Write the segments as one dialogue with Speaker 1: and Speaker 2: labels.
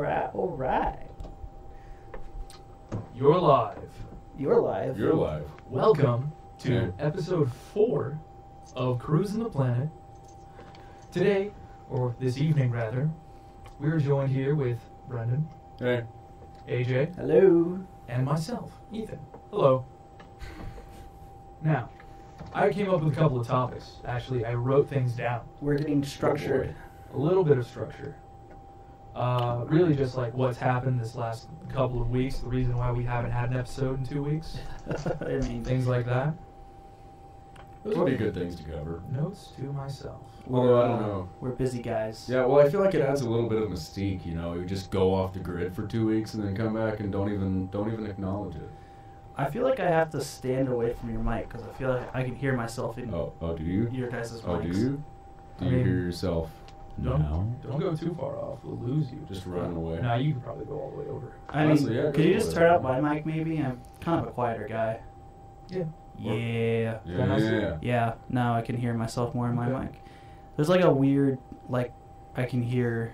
Speaker 1: All right.
Speaker 2: You're live.
Speaker 1: You're live.
Speaker 3: You're live.
Speaker 2: Welcome to
Speaker 3: Yeah.
Speaker 2: episode four of Cruising the Planet. Today, or this evening rather, we're joined here with Brendan,
Speaker 3: Hey.
Speaker 2: AJ,
Speaker 1: Hello.
Speaker 2: and myself, Ethan. Hello. Now, I came up with a couple of topics. Actually, I wrote things down.
Speaker 1: We're getting structured.
Speaker 2: a little bit of structure. Uh, really, just like what's happened this last couple of weeks, the reason why we haven't had an episode in two weeks,
Speaker 1: I mean,
Speaker 2: things like that.
Speaker 3: Those would be good things to cover.
Speaker 2: Notes to myself.
Speaker 3: Although, I
Speaker 1: uh,
Speaker 3: don't know.
Speaker 1: We're busy guys.
Speaker 3: Yeah, well, I feel like it adds a little bit of mystique, you know. You just go off the grid for two weeks and then come back and don't even don't even acknowledge it.
Speaker 1: I feel like I have to stand away from your mic because I feel like I can hear myself in
Speaker 3: Oh, oh, do you?
Speaker 1: your guys' mics.
Speaker 3: Oh, do you? Do
Speaker 2: I
Speaker 3: you
Speaker 2: mean-
Speaker 3: hear yourself?
Speaker 2: No. Don't go too far off; we'll lose you.
Speaker 3: Just running away.
Speaker 2: Now you can probably go all the way over.
Speaker 1: I mean,
Speaker 3: Honestly, yeah,
Speaker 1: could
Speaker 3: go
Speaker 1: you just
Speaker 3: for it.
Speaker 1: turn up my mic maybe? I'm kind of a quieter guy.
Speaker 2: Yeah.
Speaker 1: Yeah.
Speaker 2: Can I see-
Speaker 3: Yeah.
Speaker 1: Yeah. Now I can hear myself more in my
Speaker 2: Okay.
Speaker 1: mic. There's like a weird, like, I can hear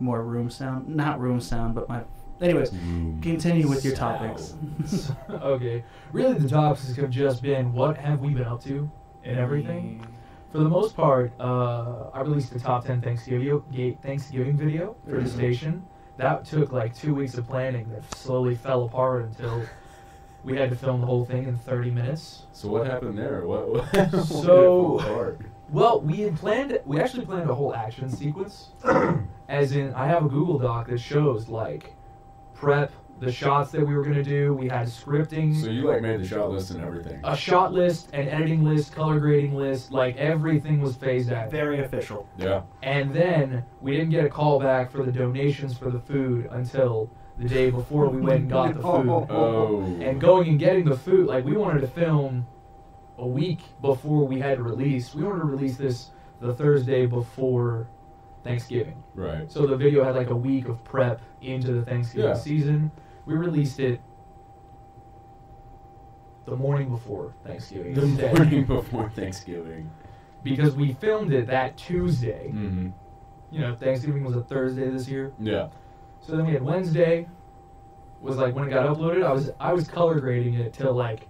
Speaker 1: more room sound. Not room sound, but my. Anyways, continue with your topics.
Speaker 2: So- okay. Really, the topics have just been what have we been up to and everything. For the most part, uh, I released the top 10 Thanksgiving, ga- Thanksgiving video for the
Speaker 1: Mhm.
Speaker 2: station. That took like two weeks of planning that slowly fell apart until we had to film the whole thing in 30 minutes.
Speaker 3: So what happened there? What? what what did it
Speaker 2: So-
Speaker 3: fall apart?
Speaker 2: Well, we had planned, we actually planned a whole action sequence. As in, I have a Google Doc that shows like prep, the shots that we were going to do, we had scripting.
Speaker 3: So you like made the shot list and everything.
Speaker 2: a shot list, an editing list, color grading list, like everything was phased out.
Speaker 1: Very official.
Speaker 3: Yeah.
Speaker 2: And then we didn't get a call back for the donations for the food until the day before we went and got the food.
Speaker 3: Oh.
Speaker 2: And going and getting the food, like we wanted to film a week before we had to release. We wanted to release this the Thursday before Thanksgiving.
Speaker 3: Right.
Speaker 2: So the video had like a week of prep into the Thanksgiving
Speaker 3: Yeah.
Speaker 2: season. We released it the morning before Thanksgiving.
Speaker 3: The
Speaker 2: instead,
Speaker 3: morning before Thanksgiving.
Speaker 2: Because we filmed it that Tuesday.
Speaker 3: Mm-hmm.
Speaker 2: You know, Thanksgiving was a Thursday this year.
Speaker 3: Yeah.
Speaker 2: So then we had Wednesday was like when it got uploaded. I was I was color grading it till like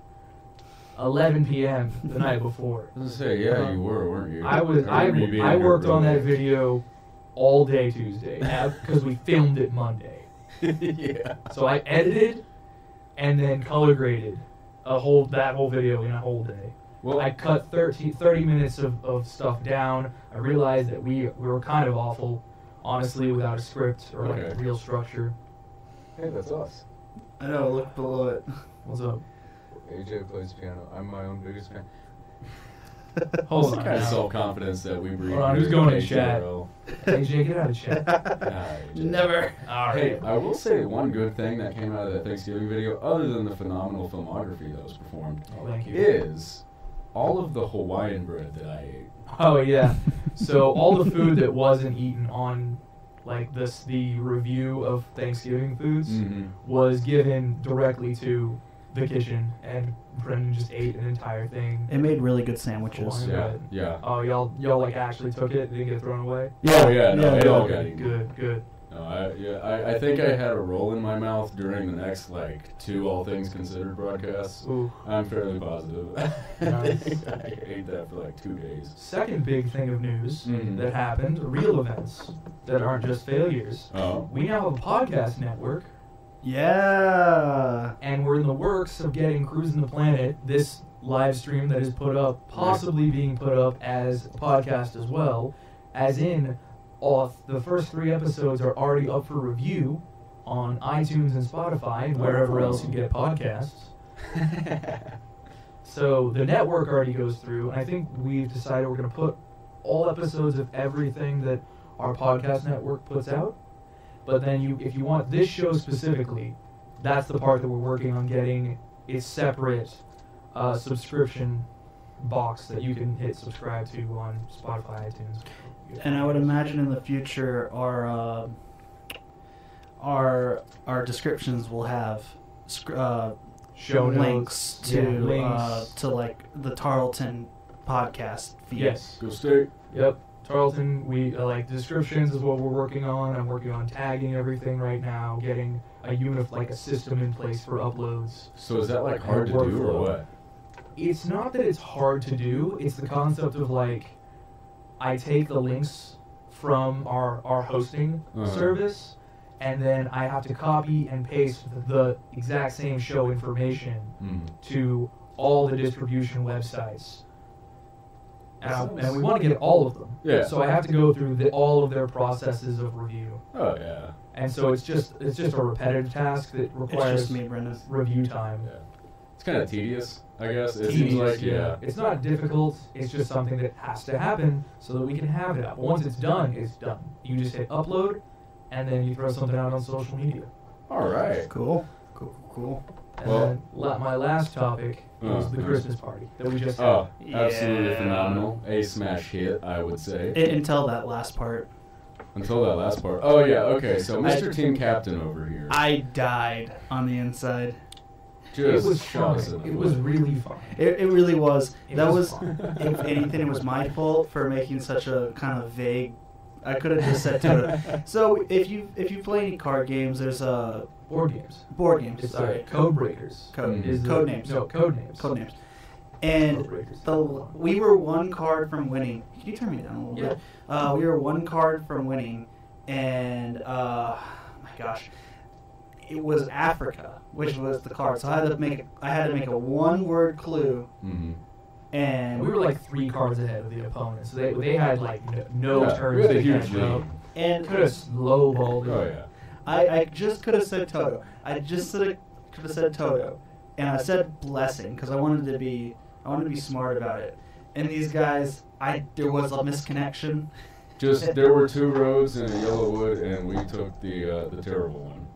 Speaker 2: 11 p.m. the night before.
Speaker 3: I was gonna say, yeah, you were, weren't you?
Speaker 2: I was I,
Speaker 3: remember you being
Speaker 2: I
Speaker 3: here
Speaker 2: worked
Speaker 3: real
Speaker 2: on that
Speaker 3: late.
Speaker 2: video all day Tuesday because we filmed it Monday.
Speaker 3: yeah.
Speaker 2: So I edited and then color graded a whole that whole video in a whole day.
Speaker 3: Well,
Speaker 2: I cut 30, 30 minutes of, of stuff down. I realized that we, we were kind of awful, honestly, without a script or like
Speaker 3: Okay.
Speaker 2: real structure.
Speaker 4: Hey, that's us.
Speaker 1: I know, look below it.
Speaker 2: What's up?
Speaker 4: AJ plays piano. I'm my own biggest fan.
Speaker 2: Hold
Speaker 3: it's the
Speaker 2: on
Speaker 3: kind of
Speaker 2: now.
Speaker 3: self confidence that we breed.
Speaker 2: Hold on, who's
Speaker 3: here
Speaker 2: going
Speaker 3: at
Speaker 2: to chat?
Speaker 3: AJRL.
Speaker 2: AJ, get out of chat.
Speaker 3: Nah, AJ.
Speaker 1: Never.
Speaker 2: All
Speaker 3: Hey,
Speaker 2: right.
Speaker 3: I will say one good thing that came out of that Thanksgiving video, other than the phenomenal filmography that was performed,
Speaker 2: Oh, thank you.
Speaker 3: is all of the Hawaiian bread that I ate.
Speaker 2: Oh yeah. So all the food that wasn't eaten on, like this, the review of Thanksgiving foods
Speaker 3: Mm-hmm.
Speaker 2: was given directly to the kitchen, and Brendan just ate an entire thing.
Speaker 1: It made really good sandwiches.
Speaker 2: Hawaiian
Speaker 3: Yeah,
Speaker 2: bread.
Speaker 3: yeah.
Speaker 2: Oh y'all, y'all like actually took it, didn't get thrown away.
Speaker 3: Oh, yeah, no, it all got eaten.
Speaker 2: Good, good.
Speaker 3: No, I, yeah, I, I think I had a roll in my mouth during the next, like, two All Things Considered broadcasts.
Speaker 2: Ooh.
Speaker 3: I'm fairly positive.
Speaker 2: Nice.
Speaker 3: I ate that for like two days.
Speaker 2: Second big thing of news
Speaker 3: Mhm.
Speaker 2: that happened, real events that aren't just failures.
Speaker 3: Oh.
Speaker 2: We now have a podcast network
Speaker 1: Yeah.
Speaker 2: and we're in the works of getting Cruising the Planet, this live stream that is put up, possibly being put up as a podcast as well, as in all the first three episodes are already up for review on iTunes and Spotify and wherever else you get podcasts. So the network already goes through, and I think we've decided we're going to put all episodes of everything that our podcast network puts out. But then you, if you want this show specifically, that's the part that we're working on getting its separate uh, subscription box that you can hit subscribe to on Spotify, iTunes.
Speaker 1: And I would imagine in the future our uh, our our descriptions will have sc- uh,
Speaker 2: show notes.
Speaker 1: links to
Speaker 2: yeah, links.
Speaker 1: Uh, to like the Tarleton podcast feed.
Speaker 2: Yes.
Speaker 3: Go state.
Speaker 2: Yep. Tarleton, we uh, like descriptions is what we're working on. I'm working on tagging everything right now, getting a unit like a system in place for uploads.
Speaker 3: So is that
Speaker 2: Like,
Speaker 3: like hard to
Speaker 2: our
Speaker 3: do or
Speaker 2: workflow.
Speaker 3: what?
Speaker 2: It's not that it's hard to do. It's the concept of like, I take the links from our our hosting
Speaker 3: Uh-huh.
Speaker 2: service, and then I have to copy and paste the exact same show information
Speaker 3: Mm.
Speaker 2: to all the distribution websites. And, I- and we
Speaker 3: Sounds-
Speaker 2: want to get all of them.
Speaker 3: Yeah.
Speaker 2: So I have to go through the, all of their processes of review,
Speaker 3: Oh yeah.
Speaker 2: and so it's just it's just a repetitive task that
Speaker 1: It's
Speaker 2: requires
Speaker 1: just me, Brendan.
Speaker 2: review time.
Speaker 3: It's kind of tedious, I guess. It
Speaker 2: Tedious,
Speaker 3: seems like yeah.
Speaker 2: It's not difficult. It's just something that has to happen so that we can have it up. Once it's done, it's done. You just hit upload, and then you throw something out on social media.
Speaker 3: All right.
Speaker 1: Cool. Cool. Cool.
Speaker 2: And
Speaker 3: Well-
Speaker 2: then la- my last topic
Speaker 3: Uh,
Speaker 2: is the
Speaker 3: nice.
Speaker 2: Christmas party that we just had.
Speaker 3: Oh, absolutely
Speaker 1: Yeah.
Speaker 3: phenomenal. A smash hit, I would say.
Speaker 1: And- until that last part,
Speaker 3: Until that last part. Oh yeah. Okay. So
Speaker 1: I-
Speaker 3: Mr. Team Captain over here.
Speaker 1: I died on the inside.
Speaker 3: just
Speaker 2: it was
Speaker 3: shot
Speaker 2: fun.
Speaker 3: us in the
Speaker 2: It was
Speaker 3: foot.
Speaker 2: really fun.
Speaker 1: It, it really was.
Speaker 2: It
Speaker 1: that
Speaker 2: was
Speaker 1: was, if anything, it was my fault for making such a kind of vague. I could have just said to it. So if you if you play any card games, there's uh,
Speaker 2: Board games.
Speaker 1: board games.
Speaker 2: It's
Speaker 1: sorry,
Speaker 2: like Code Breakers.
Speaker 1: code
Speaker 3: Mm.
Speaker 2: Is the-
Speaker 1: code names.
Speaker 2: No, code names.
Speaker 1: Code names. And the we were one card from winning. Can you turn me down a little bit? Uh, we were one card from winning, and uh, my gosh, it was Africa, which was the card. So I had to make I had to make a one word clue,
Speaker 3: Mhm.
Speaker 2: And
Speaker 1: and
Speaker 2: we were like three cards ahead of the opponent, so they, they had like no, no
Speaker 3: Yeah,
Speaker 2: turns.
Speaker 3: We had a
Speaker 2: they
Speaker 3: huge
Speaker 2: had
Speaker 3: lead.
Speaker 2: no-
Speaker 1: and
Speaker 2: Could have slow balled it.
Speaker 3: Oh yeah.
Speaker 1: I, I just could have said Toto. I just could have said Toto, and I said blessing because I wanted to be I wanted to be smart about it. And these guys, I there was a misconnection.
Speaker 3: Just there were two roads and a yellow wood, and we took the uh, the terrible one.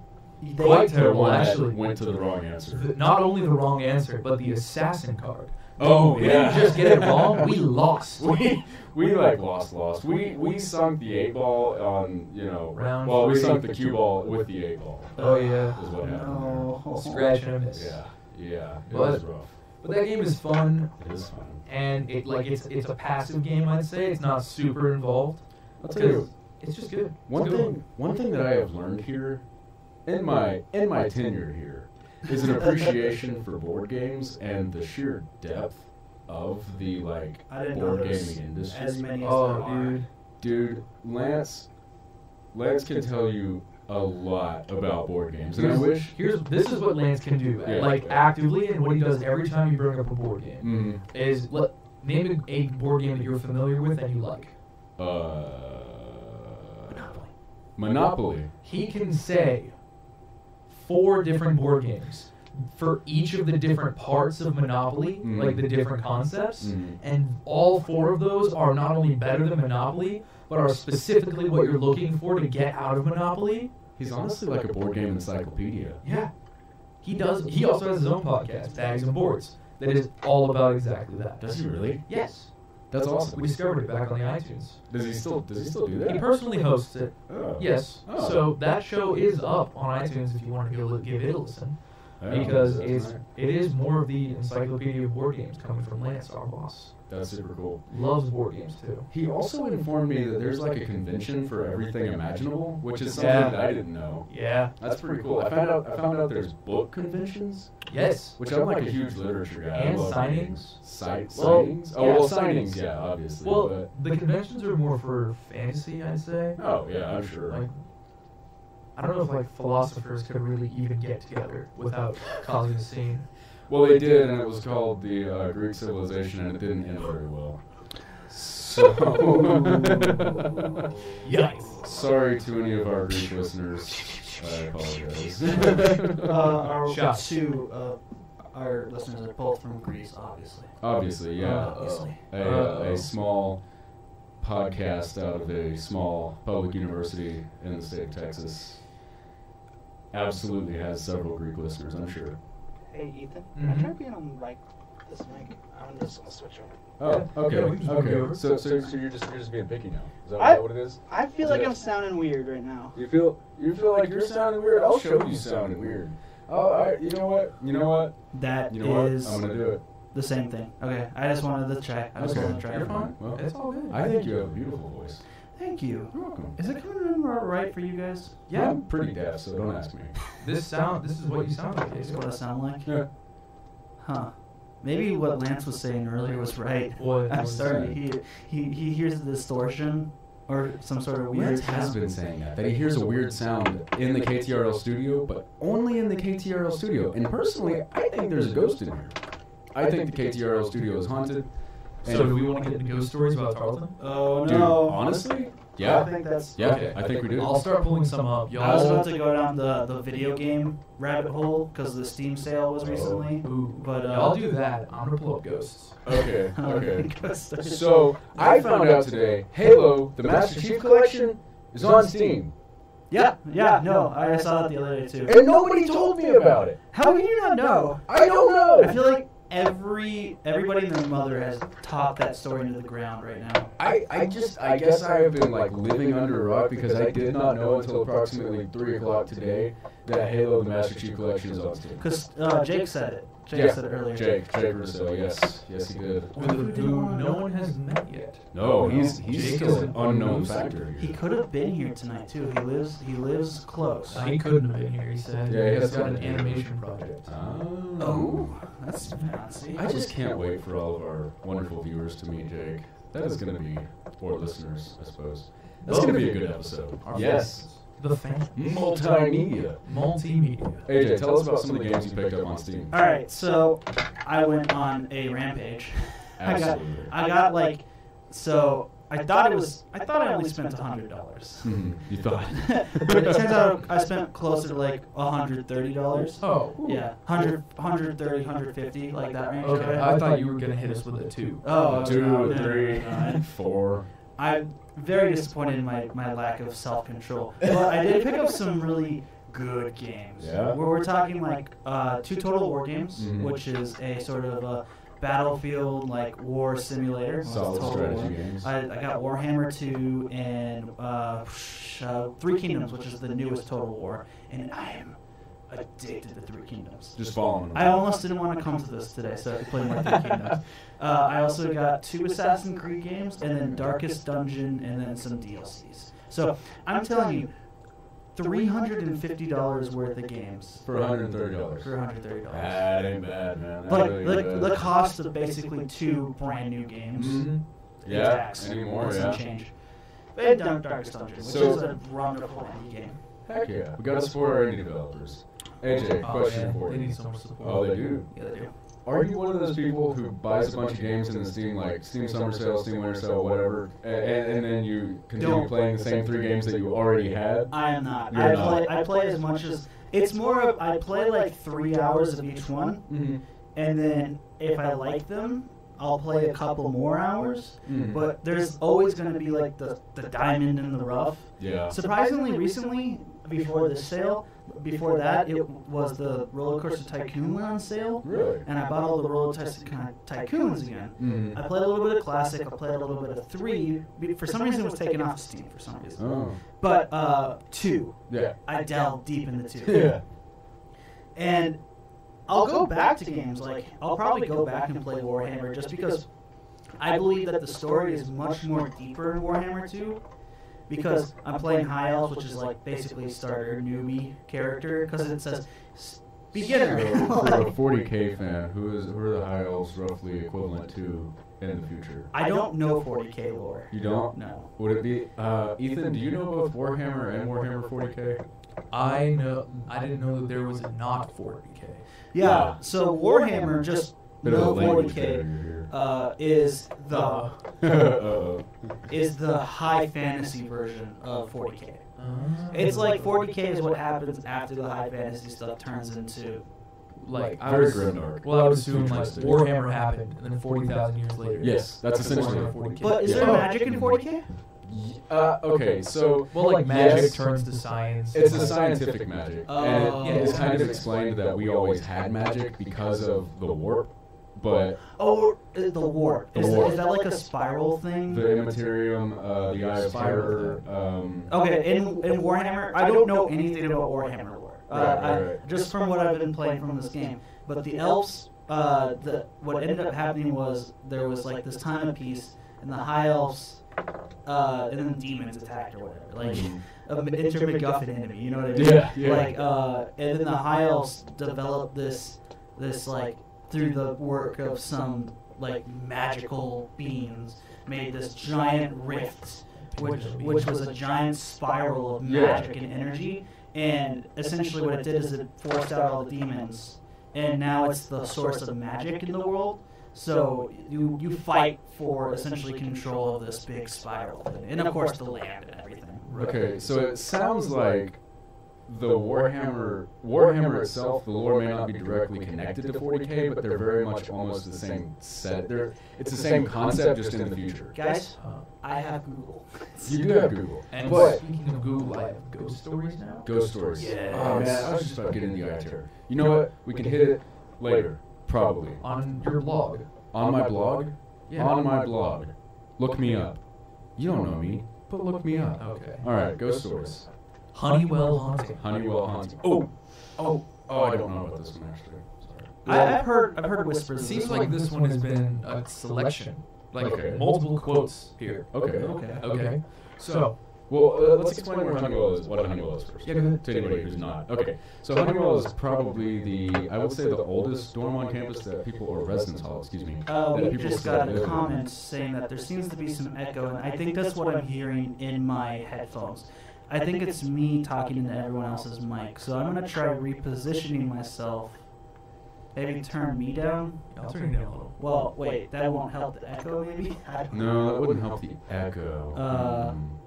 Speaker 1: They-
Speaker 2: Quite
Speaker 3: The
Speaker 2: Terrible,
Speaker 3: one that
Speaker 2: actually.
Speaker 3: went to the wrong answer.
Speaker 2: The- Not only the wrong answer, but the assassin card.
Speaker 3: Oh
Speaker 2: We didn't
Speaker 3: yeah.
Speaker 2: just get it wrong, we lost.
Speaker 3: we we like lost lost. We we sunk the eight ball on you know
Speaker 2: Round
Speaker 3: well we
Speaker 2: three.
Speaker 3: sunk the cue ball with the eight ball
Speaker 2: Oh yeah.
Speaker 3: is what happened.
Speaker 1: No.
Speaker 2: Scratch and a miss.
Speaker 3: Yeah yeah it
Speaker 2: But-
Speaker 3: was rough.
Speaker 2: But that game is fun,
Speaker 3: It is fun.
Speaker 2: and it like it's it's a passive game. I'd say it's not super involved.
Speaker 3: I'll tell you
Speaker 2: It's just good. It's
Speaker 3: One
Speaker 2: a good
Speaker 3: thing, one thing that I have learned here, in my in my tenure here, is an appreciation for board games and the sheer depth of the like
Speaker 1: I didn't know
Speaker 3: board
Speaker 1: there was
Speaker 3: gaming industry.
Speaker 1: as many as there
Speaker 2: Oh,
Speaker 1: are.
Speaker 2: dude.
Speaker 3: Dude, Lance, Lance can tell you a lot about board games, and I wish.
Speaker 2: Here's this is what Lance can do,
Speaker 3: Yeah.
Speaker 2: like actively, and what he does every time you bring up a board game
Speaker 3: Mm,
Speaker 2: is let, name a, a board game that you're familiar with and you like.
Speaker 3: uh, Monopoly.
Speaker 2: He can say four different board games for each of the different parts of Monopoly,
Speaker 3: Mhm.
Speaker 2: like the different concepts,
Speaker 3: Mhm.
Speaker 2: and all four of those are not only better than Monopoly, but are specifically what you're looking for to get out of Monopoly.
Speaker 3: He's honestly like a board game encyclopedia.
Speaker 2: Yeah. He does. He also has his own podcast, Bags and Boards, that is all about exactly that.
Speaker 3: Does he really?
Speaker 2: Yes.
Speaker 3: That's
Speaker 2: We
Speaker 3: awesome.
Speaker 2: discovered it back on the iTunes.
Speaker 3: Does he still? Does he still do
Speaker 2: He
Speaker 3: that?
Speaker 2: personally hosts it.
Speaker 3: Oh.
Speaker 2: Yes.
Speaker 3: Oh.
Speaker 2: So that show is up on iTunes if you want to go li- give it a listen.
Speaker 3: Oh,
Speaker 2: because
Speaker 3: that's
Speaker 2: it's
Speaker 3: nice.
Speaker 2: it is more of the encyclopedia of board games coming from Lance, our boss.
Speaker 3: That's super cool.
Speaker 2: Loves board games too.
Speaker 3: He also informed me that there's like a convention for everything imaginable, which is something
Speaker 2: Yeah.
Speaker 3: that I didn't know.
Speaker 2: Yeah.
Speaker 3: That's pretty cool. I found out I found out there's book conventions,
Speaker 2: Yes.
Speaker 3: which I'm like a huge literature guy. I
Speaker 2: And
Speaker 3: love
Speaker 2: signings.
Speaker 3: reading. Sight
Speaker 2: Well,
Speaker 3: signings. Oh
Speaker 2: yeah,
Speaker 3: well,
Speaker 2: signings.
Speaker 3: signings. Yeah, obviously.
Speaker 2: Well, the conventions are more for fantasy, I'd say.
Speaker 3: but, oh yeah, I'm sure.
Speaker 2: Like, I don't know if like philosophers could really even get together without causing a scene.
Speaker 3: well, they did, and it was called the uh, Greek Civilization, and it didn't end very well. So,
Speaker 2: Yikes.
Speaker 3: sorry to any of our Greek listeners. I apologize.
Speaker 1: Uh, our
Speaker 2: Shots.
Speaker 1: two uh, our listeners are both from Greece, obviously.
Speaker 3: Obviously, yeah.
Speaker 1: Obviously.
Speaker 3: a,
Speaker 2: Uh-oh.
Speaker 3: a small podcast out of a small public university in the state of Texas. Absolutely has several Greek listeners, I'm sure.
Speaker 1: Hey Ethan,
Speaker 2: Mhm.
Speaker 3: Mm-hmm.
Speaker 1: can I be on like this mic? I'm just gonna switch over.
Speaker 3: Oh,
Speaker 2: Yeah,
Speaker 3: okay,
Speaker 2: yeah, we can just move
Speaker 3: okay.
Speaker 2: over.
Speaker 3: So,
Speaker 5: So,
Speaker 3: so,
Speaker 5: so you're just you're just being picky now. Is that,
Speaker 1: I-
Speaker 5: is that what it is?
Speaker 1: I feel
Speaker 5: like I'm
Speaker 1: sounding weird right now.
Speaker 5: You feel
Speaker 3: you feel like you're sounding weird? I'll show you sounding weird. Oh, I, you know what? You know what?
Speaker 1: That
Speaker 3: You know what?
Speaker 1: is-
Speaker 3: I'm gonna do it.
Speaker 1: The same thing. Okay, I just wanted to try. I just
Speaker 3: Okay.
Speaker 1: wanted to try.
Speaker 3: You're
Speaker 1: for fun.
Speaker 3: fine. Well,
Speaker 6: it's all good.
Speaker 3: I think you have a beautiful voice.
Speaker 1: Thank you.
Speaker 3: You're welcome.
Speaker 1: Is it coming in all right for you guys?
Speaker 6: Yeah.
Speaker 3: I'm pretty deaf, so don't ask me.
Speaker 6: This sound. This is what you sound like.
Speaker 1: Is
Speaker 6: David.
Speaker 1: what I sound like?
Speaker 3: Yeah.
Speaker 1: Huh. Maybe what Lance was saying earlier was right.
Speaker 6: What
Speaker 1: I'm
Speaker 6: was
Speaker 1: starting to hear. He, he hears the distortion or some sort of weird
Speaker 3: Lance has
Speaker 1: sound.
Speaker 3: been saying that, that he hears a weird sound in the KTRL studio, but only in the KTRL studio. And personally, I think there's a ghost in here. I think the KTRL studio is haunted. And
Speaker 6: So do we want to get into ghost stories about Tarleton?
Speaker 1: Oh
Speaker 3: dude,
Speaker 1: no.
Speaker 3: honestly,
Speaker 1: I
Speaker 3: yeah,
Speaker 1: think that's.
Speaker 3: yeah, I think we do.
Speaker 6: I'll start pulling some up,
Speaker 1: I was about
Speaker 6: y'all.
Speaker 1: to go down the, the video game rabbit hole because the Steam sale was
Speaker 3: Oh.
Speaker 1: recently.
Speaker 6: Ooh,
Speaker 1: But, uh,
Speaker 6: y'all do that. I'm gonna pull up ghosts.
Speaker 3: Okay,
Speaker 1: Ghost stories.
Speaker 3: So I found out today, Halo: The Master Chief Collection is on Steam,
Speaker 1: yeah, yeah, no, I saw that the other day too.
Speaker 3: and nobody told me about it.
Speaker 1: How can you not know?
Speaker 3: I don't
Speaker 1: I
Speaker 3: know.
Speaker 1: feel like every everybody and their mother has topped that story into the ground right now.
Speaker 3: I, I just I guess I have been like living under a rock because I did not know until approximately three o'clock today that Halo: The Master Chief Collection is on Steam.
Speaker 1: Because uh, Jake said it. Jake
Speaker 3: Yeah,
Speaker 1: said it earlier.
Speaker 3: Jake, Jake Russo, yes, yes he did.
Speaker 6: With a who no one has met yet.
Speaker 3: No, he's he's
Speaker 6: Jake
Speaker 3: still
Speaker 6: is
Speaker 3: an
Speaker 6: an
Speaker 3: unknown
Speaker 6: unknown
Speaker 3: factor.
Speaker 1: He
Speaker 3: Here.
Speaker 1: could have been here tonight too. He lives. He lives close.
Speaker 6: Uh, he couldn't have been here. He said
Speaker 3: Yeah, he
Speaker 6: he's
Speaker 3: has Uh,
Speaker 6: got an
Speaker 3: to-
Speaker 6: animation project.
Speaker 1: Oh, that's fancy.
Speaker 3: Ah. I just can't wait for all of our wonderful viewers to meet Jake. That is going to be, or listeners, I suppose. That's
Speaker 6: Both.
Speaker 3: going to be a good episode. Yes.
Speaker 6: The fan.
Speaker 3: Multimedia.
Speaker 6: Multimedia.
Speaker 3: AJ, tell us about some of the games you picked up on Steam.
Speaker 1: All right, so I went on a rampage. I got,
Speaker 3: Absolutely.
Speaker 1: I got like, so I thought it was. I thought I only spent hundred dollars,
Speaker 3: Hmm, you thought.
Speaker 1: but it turns out I spent closer to like hundred thirty dollars.
Speaker 6: Oh.
Speaker 1: Yeah, 100, 130, 150, like that range.
Speaker 6: Okay.
Speaker 1: of it.
Speaker 6: I thought you were gonna hit us with a two.
Speaker 1: Oh, no,
Speaker 3: Two,
Speaker 1: no,
Speaker 3: three,
Speaker 1: no, no, no.
Speaker 3: four.
Speaker 1: I'm very disappointed in my, my lack of self control. But I did pick up some really good games.
Speaker 3: Yeah.
Speaker 1: Where we're talking like uh, two Total War games,
Speaker 3: Mhm.
Speaker 1: which is a sort of a battlefield like war simulator. Well, it's
Speaker 3: Solid
Speaker 1: Total War.
Speaker 3: strategy games.
Speaker 1: I, I got Warhammer 2 and uh, psh, uh, Three Kingdoms, which is the newest Total War, and I am addicted to Three Kingdoms.
Speaker 3: Just following.
Speaker 1: I almost didn't want to come to this today, so I could play more Three Kingdoms. Uh, I also got two Assassin's Creed games, and then Darkest Dungeon, and then some DLCs. So I'm telling you, three hundred and fifty dollars worth of games
Speaker 3: For $130.
Speaker 1: for one hundred thirty dollars.
Speaker 3: That ain't bad, man. That
Speaker 1: Like
Speaker 3: Ah, really
Speaker 1: the,
Speaker 3: bad.
Speaker 1: the cost of basically two brand new games.
Speaker 3: Mhm.
Speaker 1: in
Speaker 3: Yeah,
Speaker 1: tax,
Speaker 3: anymore,
Speaker 1: with
Speaker 3: yeah.
Speaker 1: some change. And Dark- Darkest Dungeon, which
Speaker 3: So-
Speaker 1: is a wonderful indie game.
Speaker 3: Heck yeah. We got to support our indie developers. AJ,
Speaker 6: Oh,
Speaker 3: question
Speaker 6: man,
Speaker 3: for
Speaker 6: They
Speaker 3: you.
Speaker 6: need so much support.
Speaker 3: Oh, they do.
Speaker 1: Yeah, they do.
Speaker 3: Are you one of those people who buys a bunch of games in the Steam, like Steam Summer Sale, Steam Winter Sale, whatever, and, and, and then you continue
Speaker 1: Don't.
Speaker 3: playing the same three games that you already had?
Speaker 1: I am not.
Speaker 3: You're
Speaker 1: I play.
Speaker 3: not.
Speaker 1: I play as much as. It's more of I play like three hours of each one,
Speaker 3: Mm-hmm.
Speaker 1: and then if I like them, I'll play a couple more hours.
Speaker 3: Mhm.
Speaker 1: But there's always going to be like the the diamond in the rough.
Speaker 3: Yeah.
Speaker 1: Surprisingly, recently, before this sale, before that, it was the Roller Coaster Tycoon went on sale,
Speaker 3: really?
Speaker 1: and I bought all the Roller Coaster Tycoons again.
Speaker 3: Mm-hmm.
Speaker 1: I played a little bit of classic. I played a little bit of three. be- For some reason, it was taken off Steam for some reason.
Speaker 3: Oh.
Speaker 1: But uh, two,
Speaker 3: Yeah.
Speaker 1: I delved deep into two.
Speaker 3: Yeah.
Speaker 1: And I'll go back to games like I'll probably go back and play Warhammer just because I believe that the story is much more deeper in Warhammer 2 because I'm playing High Elf, which is like basically starter newbie character because it says s- beginner.
Speaker 3: So, for a
Speaker 1: Like,
Speaker 3: 40k fan, who is who are the high elves roughly equivalent to in the future?
Speaker 1: I don't know 40k lore.
Speaker 3: You don't?
Speaker 1: No.
Speaker 3: Would it be uh, Ethan? Do you know both Warhammer and Warhammer 40k?
Speaker 6: I know. I didn't know that there was a not 40k.
Speaker 1: Yeah.
Speaker 3: Yeah.
Speaker 1: So Warhammer just
Speaker 3: Bit of a
Speaker 1: no
Speaker 3: language
Speaker 1: 40k
Speaker 3: barrier
Speaker 1: uh, is the
Speaker 6: Uh,
Speaker 3: here. Uh-oh.
Speaker 1: is the high fantasy version of 40k.
Speaker 6: uh,
Speaker 1: It's like 40k is what happens after the high fantasy stuff turns into.
Speaker 6: like I
Speaker 3: Very
Speaker 6: was.
Speaker 3: grimdark.
Speaker 6: Well, I would assume like
Speaker 3: Futuristic.
Speaker 6: Warhammer happened, and then 40,000 years later.
Speaker 3: Yes, that's
Speaker 6: Warhammer
Speaker 3: essentially.
Speaker 6: 40K.
Speaker 1: But is
Speaker 3: Yeah.
Speaker 1: there
Speaker 3: Oh.
Speaker 1: magic in 40k?
Speaker 3: Y- Uh, okay, so
Speaker 6: Well, like magic
Speaker 3: yes,
Speaker 6: turns to science.
Speaker 3: It's a scientific magic,
Speaker 1: Oh.
Speaker 3: and it- it's kind of explained that we always had magic because of the warp, but
Speaker 1: Oh, uh, the warp.
Speaker 3: The
Speaker 1: Is,
Speaker 3: warp.
Speaker 1: is that like a spiral thing?
Speaker 3: the immaterium, uh, Hmm. the eye of fire, um,
Speaker 1: okay, in, in Warhammer, I don't know anything about Warhammer lore. Uh,
Speaker 3: Right, right,
Speaker 1: I-
Speaker 3: right.
Speaker 1: just from what I've been playing from this game. But the elves uh, the, what ended up happening was there was like this time of peace, and the high elves, uh, and then demons attacked or whatever, like an inter MacGuffin enemy. You know what I mean?
Speaker 3: Yeah, yeah.
Speaker 1: Like, uh, and then the high elves developed this, this like through the work of some like magical beings, made this giant rift, which which was a giant spiral of
Speaker 3: Yeah.
Speaker 1: magic and energy. And essentially, what it did is it forced out all the demons, and now it's the source of magic in the world. So you you fight for essentially control of this big spiral, thing. and of course the land and everything.
Speaker 3: Okay, so it sounds like the Warhammer Warhammer itself, the lore may not be directly connected to 40k, but they're very much almost the same set. They're it's the same concept just in the future.
Speaker 1: Guys,
Speaker 6: Uh,
Speaker 1: I have Google.
Speaker 3: You do have Google.
Speaker 6: and
Speaker 4: But-
Speaker 6: speaking of Google, I have ghost stories now.
Speaker 3: Ghost stories.
Speaker 1: Yeah.
Speaker 3: Oh man, I was just about getting the eye terror. You know what? We can hit it later, probably.
Speaker 6: On your blog.
Speaker 3: On my blog? Yeah. On my blog. Look me up. You don't know me, but look me up.
Speaker 6: Okay.
Speaker 3: All right, ghost stories.
Speaker 6: Honeywell haunting.
Speaker 3: Honeywell Haunting. Oh, oh, oh! I don't know about this one actually. Sorry.
Speaker 1: I, I've heard I've heard whispers.
Speaker 6: It
Speaker 1: of
Speaker 6: seems
Speaker 1: this
Speaker 6: like
Speaker 1: one.
Speaker 6: this one has been a selection, like
Speaker 3: Okay.
Speaker 6: multiple quotes here.
Speaker 3: Okay.
Speaker 1: Okay.
Speaker 6: Okay. So,
Speaker 3: Well, uh, let's explain what Honeywell is. What Honeywell is first.
Speaker 6: Yeah, go ahead.
Speaker 3: To anybody who's not. Okay. So Honeywell is probably the, I would say, the oldest dorm on campus that people, or residence hall, excuse me.
Speaker 1: Uh,
Speaker 3: that
Speaker 1: we
Speaker 3: people
Speaker 1: just
Speaker 3: still
Speaker 1: got a
Speaker 3: live in.
Speaker 1: comment saying that there seems to be some echo, and I think that's what I'm hearing in my headphones. I think it's me talking into everyone else's mic, so I'm gonna try repositioning myself. Maybe turn me down.
Speaker 6: I'll turn it down a little.
Speaker 1: Well, wait, that won't help the echo, maybe. I don't
Speaker 3: No, that wouldn't help the echo.
Speaker 1: Uh,
Speaker 3: Um,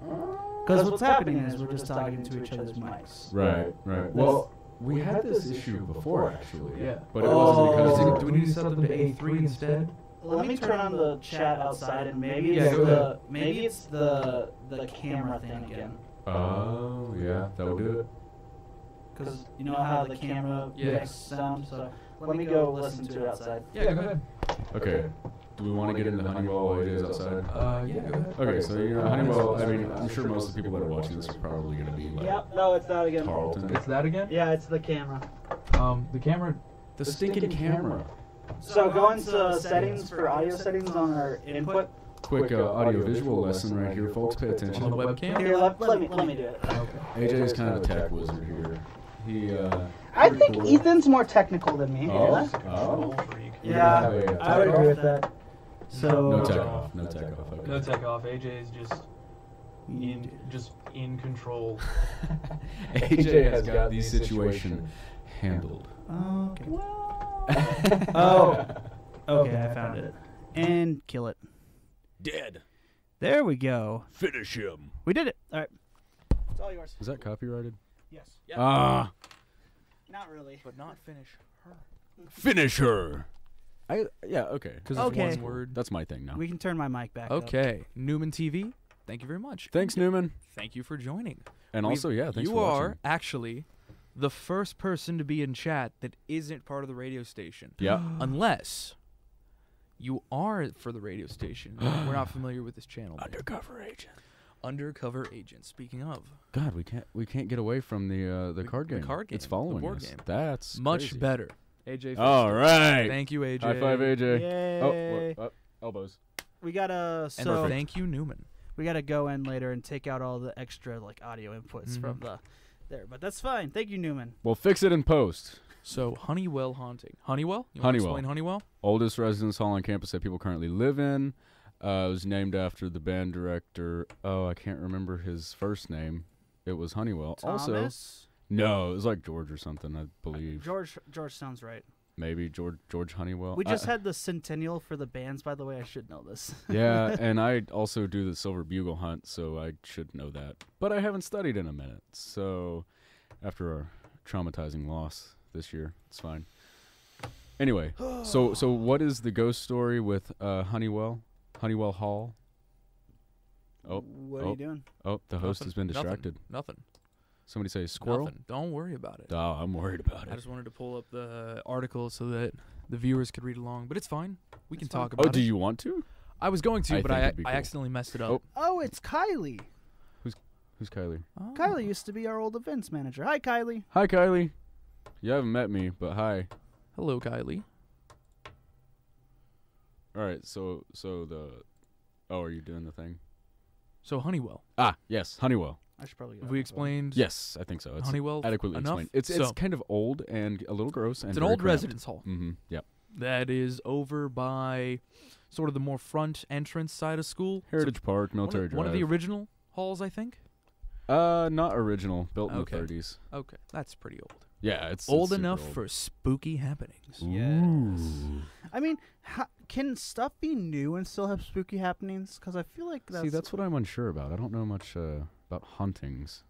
Speaker 1: Because what's happening is we're just talking to each other's mics.
Speaker 3: right, right. Well, we had this issue before actually.
Speaker 6: Yeah.
Speaker 3: But it wasn't because
Speaker 1: Oh.
Speaker 3: of
Speaker 6: Does it- do we need to set them to A3 instead?
Speaker 1: Let me turn on the chat outside, and maybe
Speaker 6: Yeah,
Speaker 1: it's
Speaker 6: go
Speaker 1: the maybe it's the the camera thing again.
Speaker 3: Oh yeah, that would do it.
Speaker 1: Because you know how the camera
Speaker 6: Yeah.
Speaker 1: makes sound. So let me go listen to it outside.
Speaker 6: Yeah, go ahead.
Speaker 3: Okay. Do we want to get into Honeywell while it is outside?
Speaker 6: Uh, yeah, go ahead.
Speaker 3: Okay, Uh, so you know Honeywell. I mean, I'm sure most of the people that are watching this are probably going to be like
Speaker 7: Yep, no, it's not again.
Speaker 3: Tarleton.
Speaker 6: It's that again?
Speaker 7: Yeah, it's the camera.
Speaker 6: Um, the camera.
Speaker 3: The stinking camera.
Speaker 7: So go into settings for audio settings on our input.
Speaker 3: Quick uh, audio visual lesson right here, folks. Pay attention.
Speaker 6: On the webcam?
Speaker 7: Here, let, let me let me do it.
Speaker 6: Okay.
Speaker 3: AJ is kind of a tech wizard here. He. Uh,
Speaker 7: I think
Speaker 3: pretty cool.
Speaker 7: Ethan's more technical than me.
Speaker 3: Oh. oh.
Speaker 7: Yeah,
Speaker 3: We have a-
Speaker 7: I would agree with that.
Speaker 1: So
Speaker 3: No tech off. No tech off. Okay.
Speaker 2: No tech off. AJ is just in, just in control.
Speaker 3: AJ has got the situation handled.
Speaker 1: Okay.
Speaker 3: oh.
Speaker 1: Oh. Okay, I found it. And kill it.
Speaker 8: Dead.
Speaker 1: There we go.
Speaker 8: Finish him.
Speaker 1: We did it. All right.
Speaker 7: It's all yours.
Speaker 3: Is that copyrighted?
Speaker 7: Yes.
Speaker 8: Ah.
Speaker 7: Not really.
Speaker 2: But not finish her.
Speaker 8: finish her.
Speaker 3: I yeah okay.
Speaker 6: Because
Speaker 1: Okay.
Speaker 6: it's one word.
Speaker 3: That's my thing now.
Speaker 1: We can turn my mic back. up.
Speaker 2: Okay, Newman TV. Thank you very much.
Speaker 3: Thanks Newman.
Speaker 2: Thank you for joining.
Speaker 3: And
Speaker 2: We've-
Speaker 3: also yeah, thanks
Speaker 2: you
Speaker 3: for
Speaker 2: are
Speaker 3: watching.
Speaker 2: actually the first person to be in chat that isn't part of the radio station,
Speaker 3: Yeah.
Speaker 2: unless you are for the radio station. We're not familiar with this channel. but-
Speaker 3: Undercover agent.
Speaker 2: Undercover agent. Speaking of,
Speaker 3: God, we can't we can't get away from the uh, the
Speaker 2: The-
Speaker 3: card
Speaker 2: the
Speaker 3: game.
Speaker 2: card
Speaker 3: It's
Speaker 2: game, the
Speaker 3: following
Speaker 2: board
Speaker 3: us.
Speaker 2: game.
Speaker 3: That's
Speaker 2: much
Speaker 3: crazy.
Speaker 2: better. AJ.
Speaker 3: All right.
Speaker 2: Thank you, AJ.
Speaker 3: High five, AJ.
Speaker 1: Yay.
Speaker 3: Oh, wha- uh, elbows.
Speaker 1: We gotta
Speaker 2: And
Speaker 1: so
Speaker 2: thank you, Newman.
Speaker 1: we gotta go in later and take out all the extra like audio inputs from the
Speaker 3: Mm-hmm.
Speaker 1: there, but that's fine. Thank you, Newman.
Speaker 3: We'll fix it in post.
Speaker 2: So Honeywell haunting. Honeywell? You
Speaker 3: Honeywell.
Speaker 2: Wanna explain Honeywell?
Speaker 3: Oldest residence hall on campus that people currently live in. Uh, it was named after the band director. Oh, I can't remember his first name. It was Honeywell. Also,
Speaker 1: Thomas?
Speaker 3: no, it was like George or something, I believe.
Speaker 1: George George sounds right.
Speaker 3: Maybe George George Honeywell.
Speaker 1: We
Speaker 3: I-
Speaker 1: just had the centennial for the bands, by the way. I should know this.
Speaker 3: yeah, and I also do the silver bugle hunt, so I should know that. But I haven't studied in a minute, so after our traumatizing loss this year, it's fine. Anyway, so so what is the ghost story with uh, Honeywell, Honeywell Hall? Oh,
Speaker 1: What are
Speaker 3: oh.
Speaker 1: you doing?
Speaker 3: oh, the host has been
Speaker 2: Nothing.
Speaker 3: distracted.
Speaker 2: Nothing.
Speaker 3: Somebody say
Speaker 2: Nothing.
Speaker 3: squirrel.
Speaker 2: Nothing. Don't worry about it.
Speaker 3: Oh, I'm worried about
Speaker 2: I
Speaker 3: it.
Speaker 2: just wanted to pull up the article so that the viewers could read along, but it's fine. We can talk about
Speaker 3: Oh, do
Speaker 2: it.
Speaker 3: you want to?
Speaker 2: I was going to,
Speaker 3: I
Speaker 2: but
Speaker 3: think
Speaker 2: I,
Speaker 3: it'd be
Speaker 2: I
Speaker 3: cool.
Speaker 2: accidentally messed it up.
Speaker 3: Oh.
Speaker 1: Oh, it's Kylie.
Speaker 3: Who's Kylie?
Speaker 2: Oh.
Speaker 1: Kylie used to be our old events manager. Hi, Kylie.
Speaker 3: Hi, Kylie. You haven't met me, but hi.
Speaker 2: Hello, Kylie.
Speaker 3: All right, so so the oh, are you doing the thing?
Speaker 2: So Honeywell.
Speaker 3: Ah, yes, Honeywell.
Speaker 1: I should probably. Go
Speaker 2: Have we explained
Speaker 3: Yes, I think so. It's
Speaker 2: Honeywell
Speaker 3: adequately
Speaker 2: enough?
Speaker 3: explained. It's it's
Speaker 2: So-
Speaker 3: kind of old and a little gross and
Speaker 2: It's an old residence hall
Speaker 3: Mm-hmm. Yep.
Speaker 2: that is over by sort of the more front entrance side of school. It's a-
Speaker 3: Heritage Park,
Speaker 2: one of-
Speaker 3: Military
Speaker 2: one of the
Speaker 3: Drive.
Speaker 2: original halls, I think.
Speaker 3: uh, not original. Built in
Speaker 2: Okay.
Speaker 3: the 30s.
Speaker 2: Okay, that's pretty old.
Speaker 3: Yeah, it's it's
Speaker 2: old
Speaker 3: super
Speaker 2: enough
Speaker 3: old.
Speaker 2: for spooky happenings.
Speaker 3: Ooh.
Speaker 1: I mean, ha- can stuff be new and still have spooky happenings? Because I feel like that's.
Speaker 3: See, that's what I'm unsure about. I don't know much uh, about hauntings.